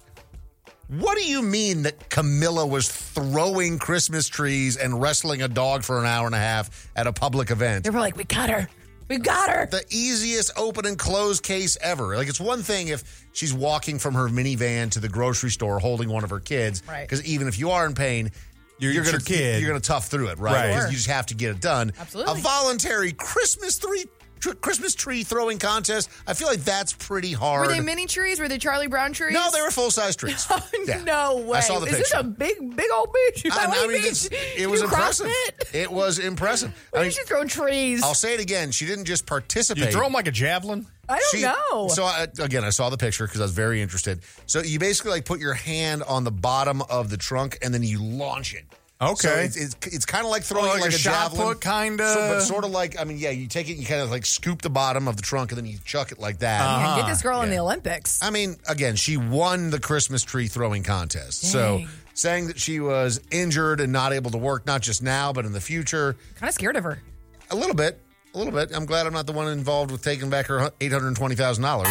A: what do you mean that Camilla was throwing Christmas trees and wrestling a dog for an hour and a half at a public event?
C: They were like, we got her. We got her.
A: The easiest open and close case ever. Like it's one thing if she's walking from her minivan to the grocery store holding one of her kids.
C: Right.
A: Because even if you are in pain, you're,
E: it's
A: gonna
E: your kid.
A: you're gonna tough through it, right?
E: Right.
A: Because You just have to get it done.
C: Absolutely.
A: A voluntary Christmas three tr- Christmas tree throwing contest. I feel like that's pretty hard.
C: Were they mini trees? Were they Charlie Brown trees? Oh,
A: no, they were full size trees. Yeah.
C: No way.
A: I saw the
C: Is this
A: picture.
C: a big, big old beach?
A: I- I
C: What do you
A: mean,
C: mean?
A: it's- it was
C: you
A: impressive.
C: CrossFit?
A: It was impressive. I
C: Why
A: mean,
C: did you throw trees?
A: I'll say it again. She didn't just participate.
E: You throw them like a javelin?
C: I don't
A: She-
C: know.
A: So I, again, I saw the picture because I was very interested. So you basically like put your hand on the bottom of the trunk and then you launch it.
E: Okay. Oh,
A: So it's it's, it's kind of like throwing
E: like
A: like,
E: a
A: a,
E: shot
A: javelin,
E: put kinda?
A: So, but sort of like I mean, yeah, you take it, you kind of like scoop the bottom of the trunk and then you chuck it like that.
E: Uh-huh.
C: Man, get this girl in the Olympics.
A: I mean, again, she won the Christmas tree throwing contest.
C: Dang.
A: So saying that she was injured and not able to work, not just now but in the future,
C: kind of scared of her.
A: a little bit, a little bit. I'm glad I'm not the one involved with taking back her eight hundred twenty thousand dollars.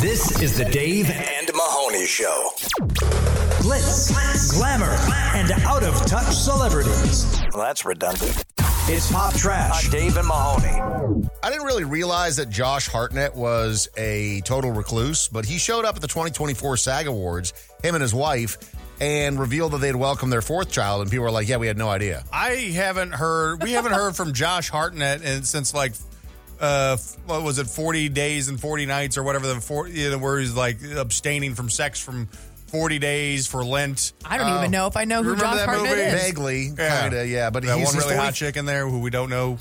H: This is the Dave
B: And Mahoney Show.
H: Blitz, Glamour, and Out of Touch Celebrities.
S: Well, that's redundant.
H: It's Pop Trash.
S: Dave and Mahoney.
A: I didn't really realize that Josh Hartnett was a total recluse, but he showed up at the 2024 SAG Awards, him and his wife, and revealed that they'd welcomed their fourth child. And people were like, yeah, we had no idea.
E: I haven't heard. We haven't heard from Josh Hartnett and since like, uh, what was it, forty days and forty nights or whatever the four, you know, where he's like abstaining from sex from forty days for Lent.
C: I
A: Oh.
C: don't even know if I know who
E: remember
C: Josh
E: that
C: Hartnett
E: movie?
C: is.
A: Vaguely, kind of, yeah. But
E: that
A: he's,
E: one
A: he's
E: really
A: 40
E: hot chick in there who we don't know.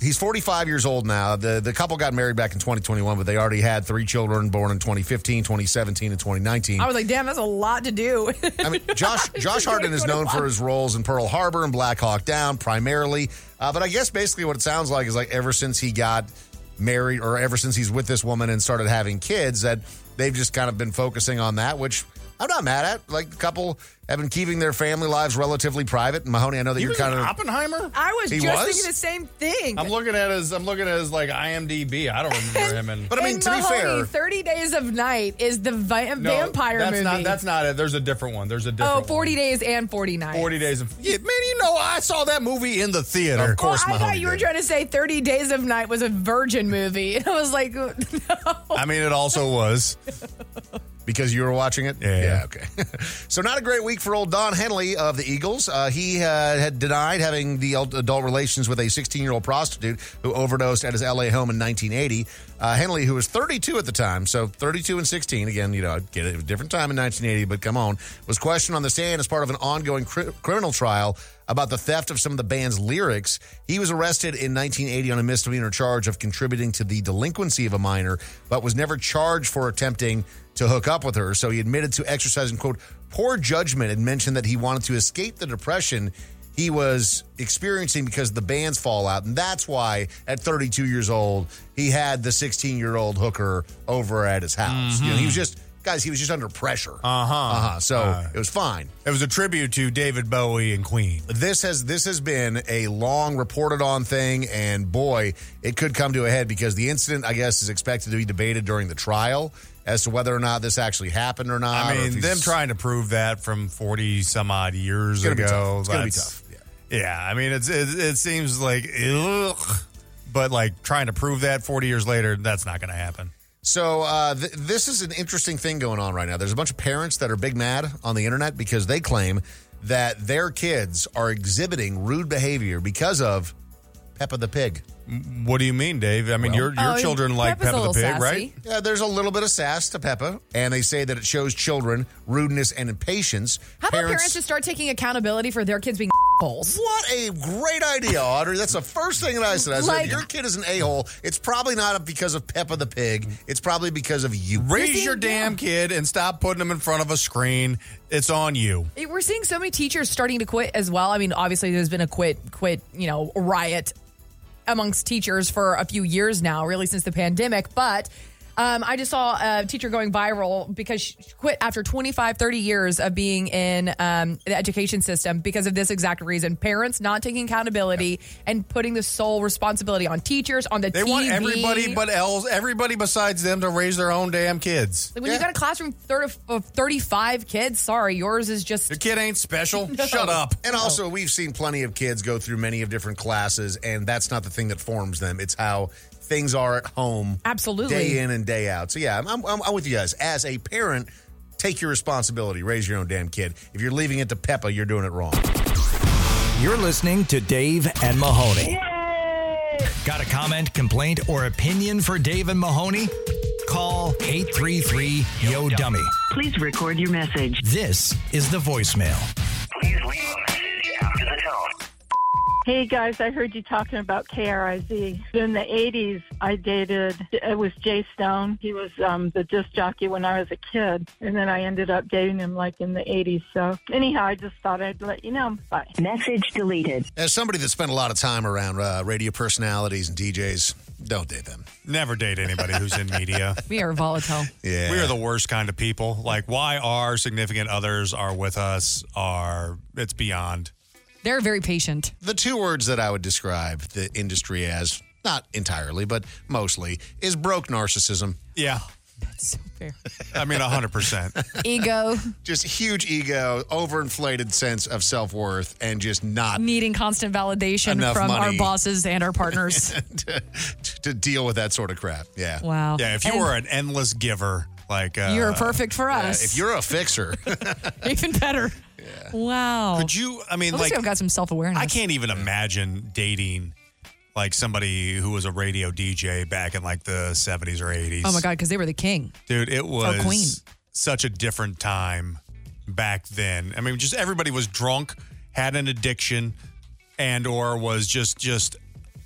A: he's 45 years old now. The, the couple got married back in 2021, but they already had three children born in 2015, 2017, and 2019.
C: I was like, damn, that's a lot to do.
A: I mean, Josh Josh Hartnett is known for his roles in Pearl Harbor and Black Hawk Down primarily, uh, but I guess basically what it sounds like is like ever since he got married or ever since he's with this woman and started having kids, that they've just kind of been focusing on that, which I'm not mad at. Like the couple have been keeping their family lives relatively private. And Mahoney, I know that
E: He
A: you're
E: was
A: kind
E: in
A: of
E: Oppenheimer.
C: I was
A: He
C: just
A: was?
C: thinking the same thing.
E: I'm looking at his. I'm looking at his like IMDb. I don't remember him. And
A: But I mean,
C: And
A: to be
C: Mahoney,
A: fair,
C: 30 Days of Night is the vi- vampire
E: that's
C: movie.
E: Not, that's not it. There's a different one. There's a
C: oh,
E: different.
C: 40
E: one.
C: Days and 40 Nights.
E: 40 days and yeah, man, you know I saw that movie in the theater.
A: Of course,
C: I thought
A: Mahoney
C: you were
A: did.
C: trying to say 30 Days of Night was a virgin movie. And I was like, no.
E: I mean, it also was.
A: Because you were watching it?
E: Yeah.
A: okay. so, not a great week for old Don Henley of the Eagles. Uh, he uh, had denied having the ad- adult relations with a 16 year old prostitute who overdosed at his LA home in 1980. Uh, Henley, who was 32 at the time, so 32 and 16, again, you know, I get it, it was a different time in 1980, but come on, was questioned on the stand as part of an ongoing cri- criminal trial about the theft of some of the band's lyrics. He was arrested in 1980 on a misdemeanor charge of contributing to the delinquency of a minor, but was never charged for attempting to hook up with her. So he admitted to exercising, quote, poor judgment and mentioned that he wanted to escape the depression he was experiencing because of the band's fallout. And that's why at 32 years old, he had the 16 year old hooker over at his house.
E: Mm-hmm.
A: You know, he was just, guys, he was just under pressure. Uh huh. Uh huh. So it was fine.
E: Uh-huh. It was a tribute to David Bowie and Queen.
A: This has this has been a long reported on thing, and boy, it could come to a head because the incident, I guess, is expected to be debated during the trial as to whether or not this actually happened or not.
E: I
A: or if
E: mean,
A: he's-
E: them trying to prove that from forty some odd years
A: It's gonna be
E: ago.
A: tough. It's gonna be
E: that's-
A: tough. Yeah.
E: Yeah, I mean, it's it, it seems like, ugh, but like trying to prove that forty years later, that's not going to happen.
A: So uh, th- this is an interesting thing going on right now. There's a bunch of parents that are big mad on the internet because they claim that their kids are exhibiting rude behavior because of Peppa the Pig.
E: What do you mean, Dave? I mean, your your
C: Oh,
E: children like
C: Peppa's a
E: Peppa the
C: little
E: Pig,
C: sassy.
E: right?
A: Yeah, there's a little bit of sass to Peppa, and they say that it shows children rudeness and impatience.
C: How about parents just start taking accountability for their kids being holes.
A: What a great idea, Audrey. That's the first thing that I said. I said,
C: Like-
A: if your kid is an a hole, it's probably not because of Peppa the pig. It's probably because of you.
E: Raise your damn kid and stop putting them in front of a screen. It's on you.
C: It- We're seeing so many teachers starting to quit as well. I mean, obviously there's been a quit quit, you know, riot amongst teachers for a few years now, really since the pandemic, but um, I just saw a teacher going viral because she quit after 25, 30 years of being in um, the education system because of this exact reason. Parents not taking accountability and putting the sole responsibility on teachers, on the
E: They
C: TV.
E: want everybody but else, everybody besides them to raise their own damn kids.
C: Like when you got a classroom third of, of 35 kids, sorry, yours is just.
E: Your kid ain't special.
C: No.
E: Shut up.
A: And also, we've seen plenty of kids go through many of different classes, and that's not the thing that forms them. It's how things are at home,
C: Absolutely.
A: day in and day out. So yeah, I'm, I'm, I'm with you guys. As a parent, take your responsibility. Raise your own damn kid. If you're leaving it to Peppa, you're doing it wrong.
H: You're listening to Dave and Mahoney. Got a comment, complaint, or opinion for Dave and Mahoney? Call 833 Yo Dummy. Please record your message. This is the voicemail.
J: Hey guys, I heard you talking about KRIZ. In the 80s, I dated, it was Jay Stone. He was um, the disc jockey when I was a kid. And then I ended up dating him like in the 80s. So, anyhow, I just thought I'd let you know. Bye.
N: Message deleted.
A: As somebody that spent a lot of time around uh, radio personalities and DJs, don't date them.
E: Never date anybody who's in media.
C: We are volatile.
A: Yeah.
E: We are the worst kind of people. Like why our significant others are with us are it's beyond.
F: They're very patient.
A: The two words that I would describe the industry as, not entirely, but mostly, is broke narcissism.
E: Yeah.
F: That's so fair.
E: I mean, 100%.
F: Ego,
A: just huge ego, overinflated sense of self worth, and just not
F: needing constant validation
A: Enough
F: from
A: money.
F: our bosses and our partners.
E: Uh,
A: to, to deal with that sort of crap. Yeah.
F: Wow.
E: Yeah, if you
F: And-
E: were an endless giver, like uh,
F: You're perfect for
E: yeah,
F: us.
A: If you're a fixer,
F: Even better. Wow.
E: Could you- I mean,
F: At least
E: like-
F: I've got some self awareness.
E: I can't even imagine dating like somebody who was a radio DJ back in like the 70s or 80s.
F: Oh my god, because they were the king.
E: Dude, it was
F: Queen.
E: such a different time back then. I mean, just everybody was drunk, had an addiction, and or was just just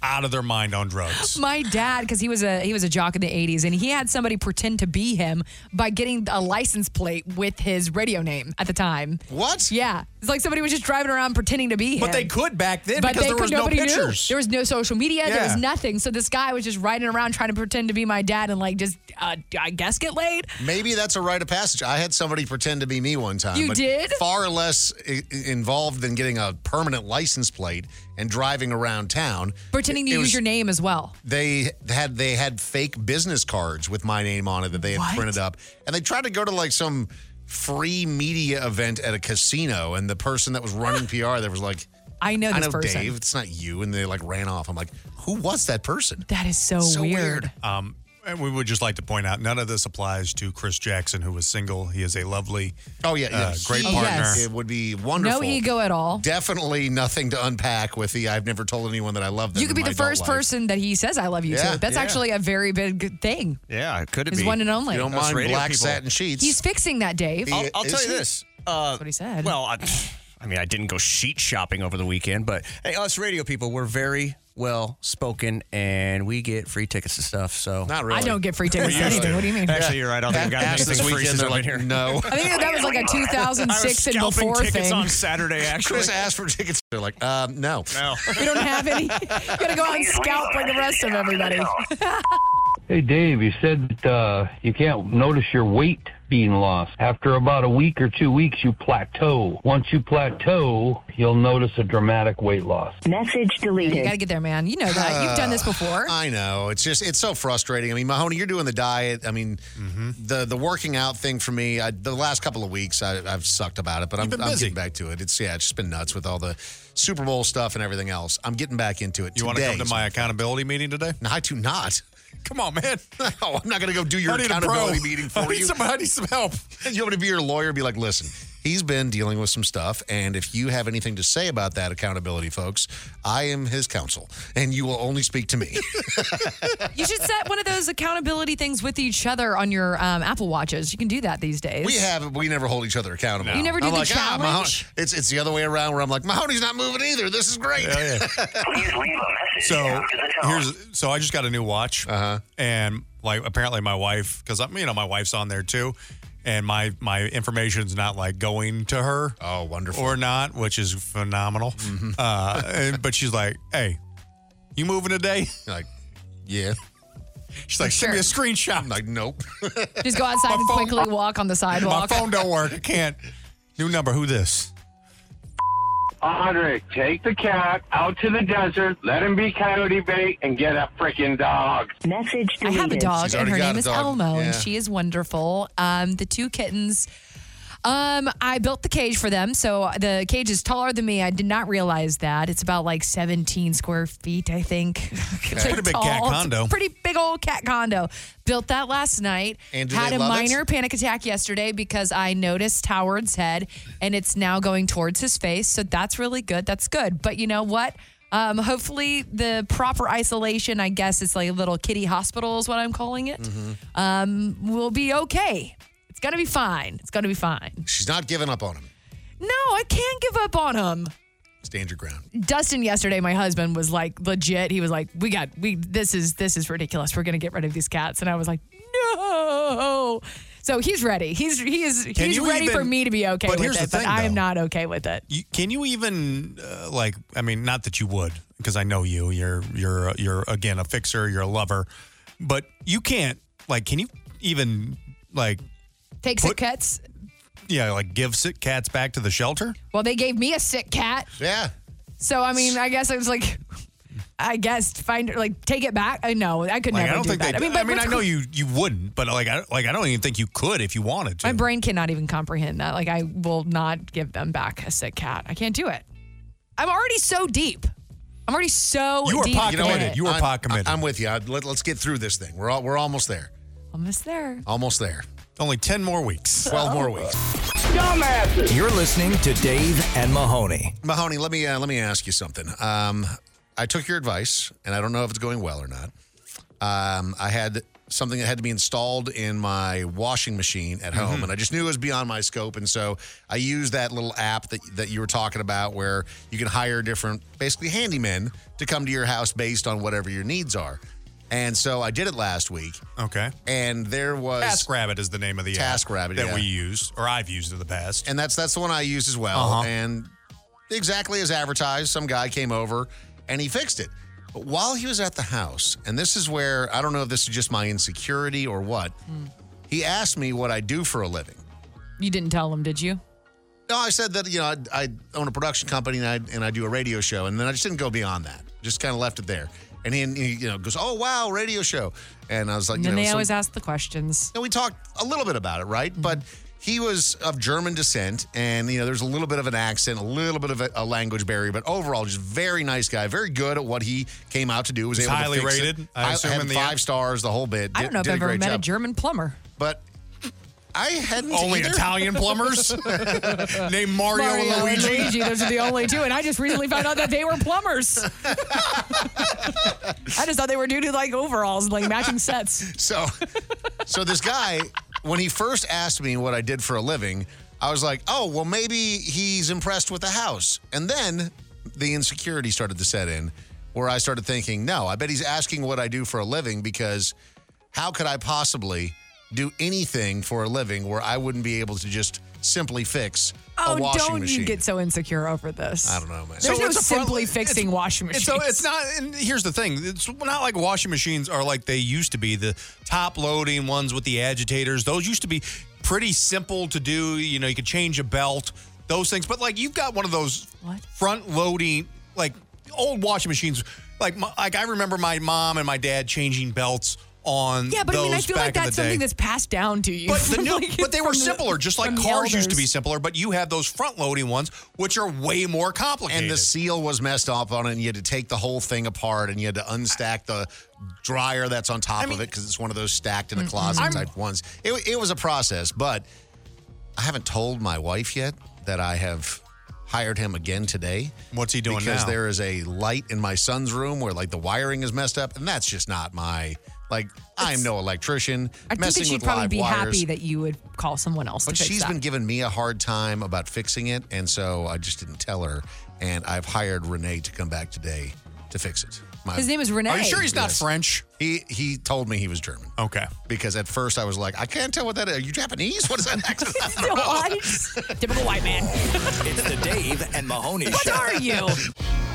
E: out of their mind on drugs.
F: My dad, because he was a he was a jock in the '80s, and he had somebody pretend to be him by getting a license plate with his radio name at the time.
A: What?
F: Yeah, it's like somebody was just driving around pretending to be him.
E: But they could back then
F: But
E: because
F: they
E: there
F: could-
E: was no
F: nobody knew.
E: pictures.
F: There was no social media. There
E: Yeah.
F: was nothing. So this guy was just riding around trying to pretend to be my dad and like just uh, I guess get laid.
A: maybe that's a rite of passage. I had somebody pretend to be me one time.
F: You did?
A: Far less I- i- involved than getting a permanent license plate and driving around town.
F: Pretending to
A: It
F: use
A: was-
F: your name as well.
A: They had they had fake business cards with my name on it that they had
F: What?
A: printed up, and they tried to go to like some free media event at a casino, and the person that was running PR there was like.
F: I know this
A: I know
F: person.
A: Dave. It's not you. And they like ran off. I'm like, who was that person?
F: That is so, weird.
E: Um, and we would just like to point out none of this applies to Chris Jackson, who was single. He is a lovely,
A: Oh yeah, yeah.
E: uh, great
A: He-
E: partner.
A: It would be wonderful.
F: No ego at all.
A: Definitely nothing to unpack with the. I've never told anyone that I love them.
F: You could be
A: in my
F: the first
A: adult life."
F: person that he says I love you
A: Yeah,
F: to. That's
A: yeah.
F: actually a very big thing.
D: Yeah, could it
F: His
D: be
F: one and only.
A: You don't
D: Us
A: mind
D: radio
A: black
D: people.
A: satin sheets.
F: He's fixing that, Dave.
D: I'll, I'll tell you this. Uh, That's what
F: he said.
D: Well, I, I mean, I didn't go sheet shopping over the weekend, but hey, us radio people, we're very well spoken, and we get free tickets to stuff. So
A: not
F: I don't get free tickets to anything. What do you mean?
D: Actually, you're right. I don't think I've got
A: Ask
D: anything
A: this
D: free
A: weekend,
D: since
A: they're
D: I've
A: like,
D: been here.
A: no.
F: I think that was like a 2006 and
D: Scalping
F: before
D: tickets
F: thing.
D: on Saturday, actually.
A: Chris asked for tickets. They're like, um, no,
D: no.
F: We don't have any. You gotta go out and scalp like the rest of everybody.
K: Hey, Dave, you said that uh, you can't notice your weight being lost. After about a week or two weeks, you plateau. Once you plateau, you'll notice a dramatic weight loss.
N: Message
F: You
N: deleted.
F: gotta get there, man. You know that. You've done this before.
A: I know. It's just it's so frustrating. I mean, Mahoney, you're doing the diet. I mean,
E: Mm-hmm.
A: the the working out thing for me. I, the last couple of weeks, I, I've sucked about it, but I'm,
E: been
A: I'm
E: busy.
A: getting back to it. It's yeah, it's just been nuts with all the Super Bowl stuff and everything else. I'm getting back into it.
E: You want to come to my accountability meeting today?
A: No, I do not.
E: Come on, man.
A: No, I'm not going to go do your
E: I need a pro.
A: accountability meeting for
E: I need
A: you.
E: some- I need some help.
A: You want me to be your lawyer? and Be like, listen, He's been dealing with some stuff. And if you have anything to say about that accountability, folks, I am his counsel. And you will only speak to me.
F: You should set one of those accountability things with each other on your um, Apple Watches. You can do that these days.
A: we have, but we never hold each other accountable.
F: You never do
A: I'm
F: the
A: like, "Ah, Mahoney."
F: challenge?"
A: it's, it's the other way around where I'm like, Mahoney's not moving either. This is great.
E: So here's so I just got a new watch,
A: Uh-huh.
E: and like apparently my wife because I'm you know my wife's on there too, and my my information's not like going to her.
A: Oh, Mm-hmm. wonderful!
E: Or not, which is phenomenal. Uh, and- but she's like, "Hey, you moving today?"
A: like, yeah.
E: She's like, "Send me a screenshot."
A: like, nope.
F: Just go outside
E: My
F: and
E: phone-
F: quickly walk on the
E: My
F: sidewalk.
E: phone don't work. I can't. New number. Who this?
M: Andre, take the cat out to the desert, let him be coyote bait, and get a freaking dog.
N: Message
F: I have a dog,
M: She's
F: and
M: already
F: her
M: got
F: name
M: a
F: is
M: dog.
F: Elmo,
M: Yeah.
F: and she is wonderful. Um, the two kittens. Um, I built the cage for them, so the cage is taller than me. I did not realize that. It's about like 17 square feet, I think.
E: It's a pretty big cat
F: Tall. It's a
E: condo.
F: Pretty big old cat condo. Built that last night.
E: And do
F: had
E: they
F: a
E: love it?
F: minor panic attack yesterday because I noticed Howard's head, and it's now going towards his face. So that's really good. That's good. But you know what? Um, hopefully, the proper isolation, I guess it's like a little kitty hospital, is what I'm calling it,
E: Mm-hmm.
F: um, will be okay. It's going to be fine. It's going to be fine.
A: She's not giving up on him.
F: No, I can't give up on him.
A: Stand your ground.
F: Dustin yesterday, my husband was like legit. He was like, "We got we this is this is ridiculous. We're gonna get rid of these cats." And I was like, "No." So he's ready. He's he is
E: Can
F: he's
E: you
F: ready for
E: even-
F: me to be okay
E: but
F: with
E: here's
F: it,
E: the
F: but
E: thing,
F: I am
E: though.
F: not okay with it.
E: You, can you even uh, like? I mean, not that you would, because I know you. You're you're you're again a fixer. You're a lover, but you can't like. Can you even like?
F: Take sick cats.
E: Yeah, like give sick cats back to the shelter.
F: Well, they gave me a sick cat,
A: Yeah.
F: so I mean, I guess I was like, I guess find like take it back. I know I could
E: Like,
F: never
E: I don't
F: do
E: think
F: that.
E: they. I mean,
F: but
E: I, mean,
F: what's
E: I know
F: cr-
E: you you wouldn't, but like I like I don't even think you could if you wanted to.
F: My brain cannot even comprehend that. Like, I will not give them back a sick cat. I can't do it. I'm already so deep. I'm already so deep. in it.
E: You were
A: I'm-
E: pot committed.
A: I'm with you. I- Let, us get through this thing. We're all, we're almost there.
F: Almost there.
A: Almost there.
E: Only ten more weeks.
A: Twelve more weeks.
H: You're listening to Dave and Mahoney.
A: Mahoney, let me uh, let me ask you something. Um, I took your advice, and I don't know if it's going well or not. Um, I had something that had to be installed in my washing machine at home, and I just knew it was beyond my scope, and so I used that little app that that you were talking about, where you can hire different, basically handymen to come to your house based on whatever your needs are. And so I did it last week,
E: Okay.
A: and there was
E: TaskRabbit is the name of the app
A: TaskRabbit,
E: that
A: yeah.
E: we use or I've used in the past.
A: and that's that's the one I used as well.
E: Uh-huh.
A: And exactly as advertised, some guy came over and he fixed it. But while he was at the house, and this is where I don't know if this is just my insecurity or what,
F: Hmm.
A: he asked me what I do for a living.
F: You didn't tell them, did you?
A: No, I said that you know I, I own a production company and I and I do a radio show, and then I just didn't go beyond that. Just kind of left it there. And he, and he, you know goes, oh wow, radio show, and I was like,
F: And
A: you
F: then
A: know,
F: they
A: so-
F: always ask the questions.
A: and we talked a little bit about it, right?
E: Mm-hmm.
A: But he was of German descent, and you know, there's a little bit of an accent, a little bit of a, a language barrier, but overall, just very nice guy, very good at what he came out to do. Was
E: He's
A: able
E: highly
A: to fix it.
E: rated, I assume,
A: had
E: in the
A: five
E: app.
A: stars, the whole bit.
F: I
A: Did-
F: don't know if
A: did a
F: I've ever
A: great
F: met a
A: job.
F: German plumber.
A: but I hadn't
E: Only
A: either.
E: Italian plumbers named Mario,
F: Mario
E: and
F: and
E: Luigi.
F: Luigi, those are the only two. And I just recently found out that they were plumbers. I just thought they were due to like overalls and like matching sets.
A: So, so this guy, when he first asked me what I did for a living, I was like, "Oh, well, maybe he's impressed with the house." And then the insecurity started to set in, where I started thinking, "No, I bet he's asking what I do for a living because how could I possibly do anything for a living where I wouldn't be able to just simply fix
F: Oh,
A: a washing
F: don't
A: machine?"
F: you get so insecure over this.
A: I don't know, man.
F: There's
E: So
F: no
E: it's a front-
F: simply
E: it's-
F: fixing washing
E: It's,
F: machines.
E: so it's not. And here's the thing: it's not like washing machines are like they used to be. The top loading ones with the agitators; those used to be pretty simple to do. You know, you could change a belt, those things. But like you've got one of those
F: What?
E: front loading, like old washing machines. Like my, like I remember my mom and my dad changing belts on.
F: Yeah, but I mean, I
E: those
F: feel like
E: back in the
F: that's
E: day.
F: something that's passed down to you.
E: But, the new,
F: Like,
E: but they
F: from
E: were
F: the-
E: simpler, just
F: from
E: like
F: the
E: cars used to be
F: elders.
E: simpler. But you have those front loading ones, which are way more complicated.
A: and the seal was messed up on it, and you had to take the whole thing apart, and you had to unstack the dryer that's on top of it because it's one of those stacked in a closet type ones. It, it was a process, but I haven't told my wife yet that I have hired him again today.
E: What's he doing
A: because
E: now?
A: there is a light in my son's room where like the wiring is messed up, and that's just not my like. I'm no electrician.
F: I think
A: messing
F: that she'd
A: with
F: probably
A: live
F: be
A: wires.
F: happy that you would call someone else
A: But
F: to fix
A: she's
F: that.
A: been giving me a hard time about fixing it, and so I just didn't tell her. And I've hired Renee to come back today to fix it. My-
F: His name is Renee. Are you sure he's not
E: French?
A: He he told me he was German.
F: Oh.
E: Okay.
A: Because at first I was like, I can't tell what that is. Are you Japanese? What is that accent? I don't know.
F: Typical white man.
H: it's the Dave and Mahoney Show. What
F: are you?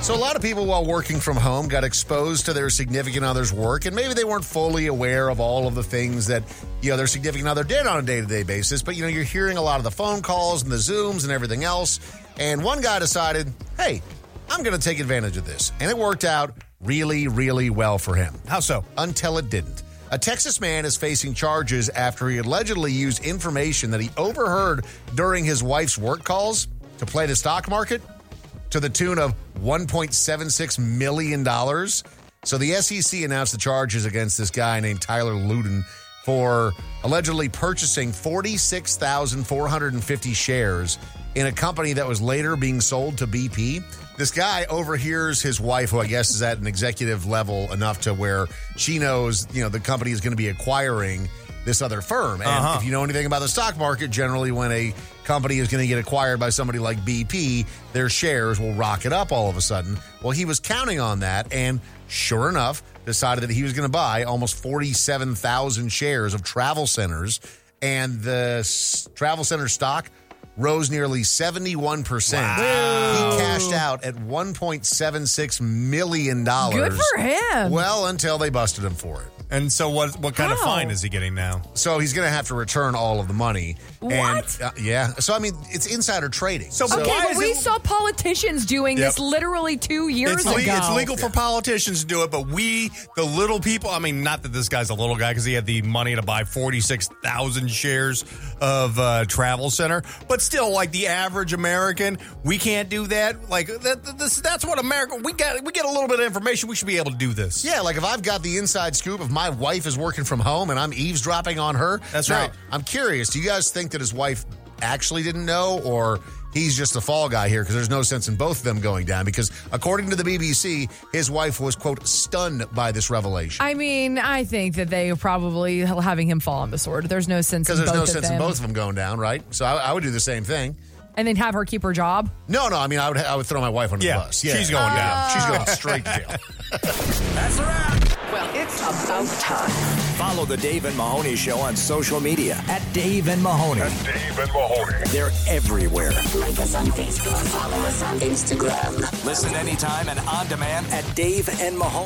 A: So a lot of people while working from home got exposed to their significant other's work and maybe they weren't fully aware of all of the things that you know their significant other did on a day-to-day basis, but you know you're hearing a lot of the phone calls and the Zooms and everything else. And one guy decided, "Hey, I'm going to take advantage of this." And it worked out really really well for him.
E: How so?
A: Until it didn't. A Texas man is facing charges after he allegedly used information that he overheard during his wife's work calls to play the stock market to the tune of $1.76 million. So the SEC announced the charges against this guy named Tyler Luden for allegedly purchasing 46,450 shares in a company that was later being sold to BP. This guy overhears his wife, who I guess is at an executive level enough to where she knows, you know, the company is going to be acquiring this other firm. And
E: Uh-huh.
A: if you know anything about the stock market, generally when a company is going to get acquired by somebody like BP, their shares will rocket up all of a sudden. Well, he was counting on that and sure enough decided that he was going to buy almost 47,000 shares of Travel Centers and the s- Travel Center stock rose nearly 71%. He cashed out at 1.76 million dollars.
E: Good for him.
A: Well, until they busted him for it.
E: And so what what kind of
A: How?
E: fine is he getting now?
A: So he's going to have to return all of the money.
C: What?
A: And, uh, yeah. So I mean, it's insider trading. So,
C: okay, but we saw politicians doing
A: Yep.
C: this literally two years
E: it's,
C: ago.
E: le- it's legal for politicians to do it, but we, the little people, I mean, not that this guy's a little guy because he had the money to buy 46,000 shares of uh, Travel Center, but still, like the average American, we can't do that. Like, that, that- this, that's what America, we got, we get a little bit of information, we should be able to do this.
A: yeah, like if I've got the inside scoop, if my wife is working from home and I'm eavesdropping on her, that's
E: right.
A: I'm curious. Do you guys think that his wife actually didn't know, or he's just the fall guy here? Because there's no sense in both of them going down. Because according to the BBC, his wife was quote stunned by this revelation.
C: I mean, I think that they are probably having him fall on the sword. There's no sense
A: Because
C: in
A: there's
C: both
A: no
C: of
A: sense
C: them.
A: in both of them going down, right? So I, I would do the same thing.
C: And then have her keep her job.
A: No, no. I mean, I would I would throw my wife under
E: Yeah,
A: the bus.
E: she's going down.
A: She's going straight to jail.
P: Well, it's about time.
H: Follow the Dave and Mahoney Show on social media at Dave and Mahoney.
B: Dave and Mahoney.
H: They're everywhere.
P: Like us on Facebook, follow us on Instagram.
H: Listen anytime and on demand at Dave and Mahoney.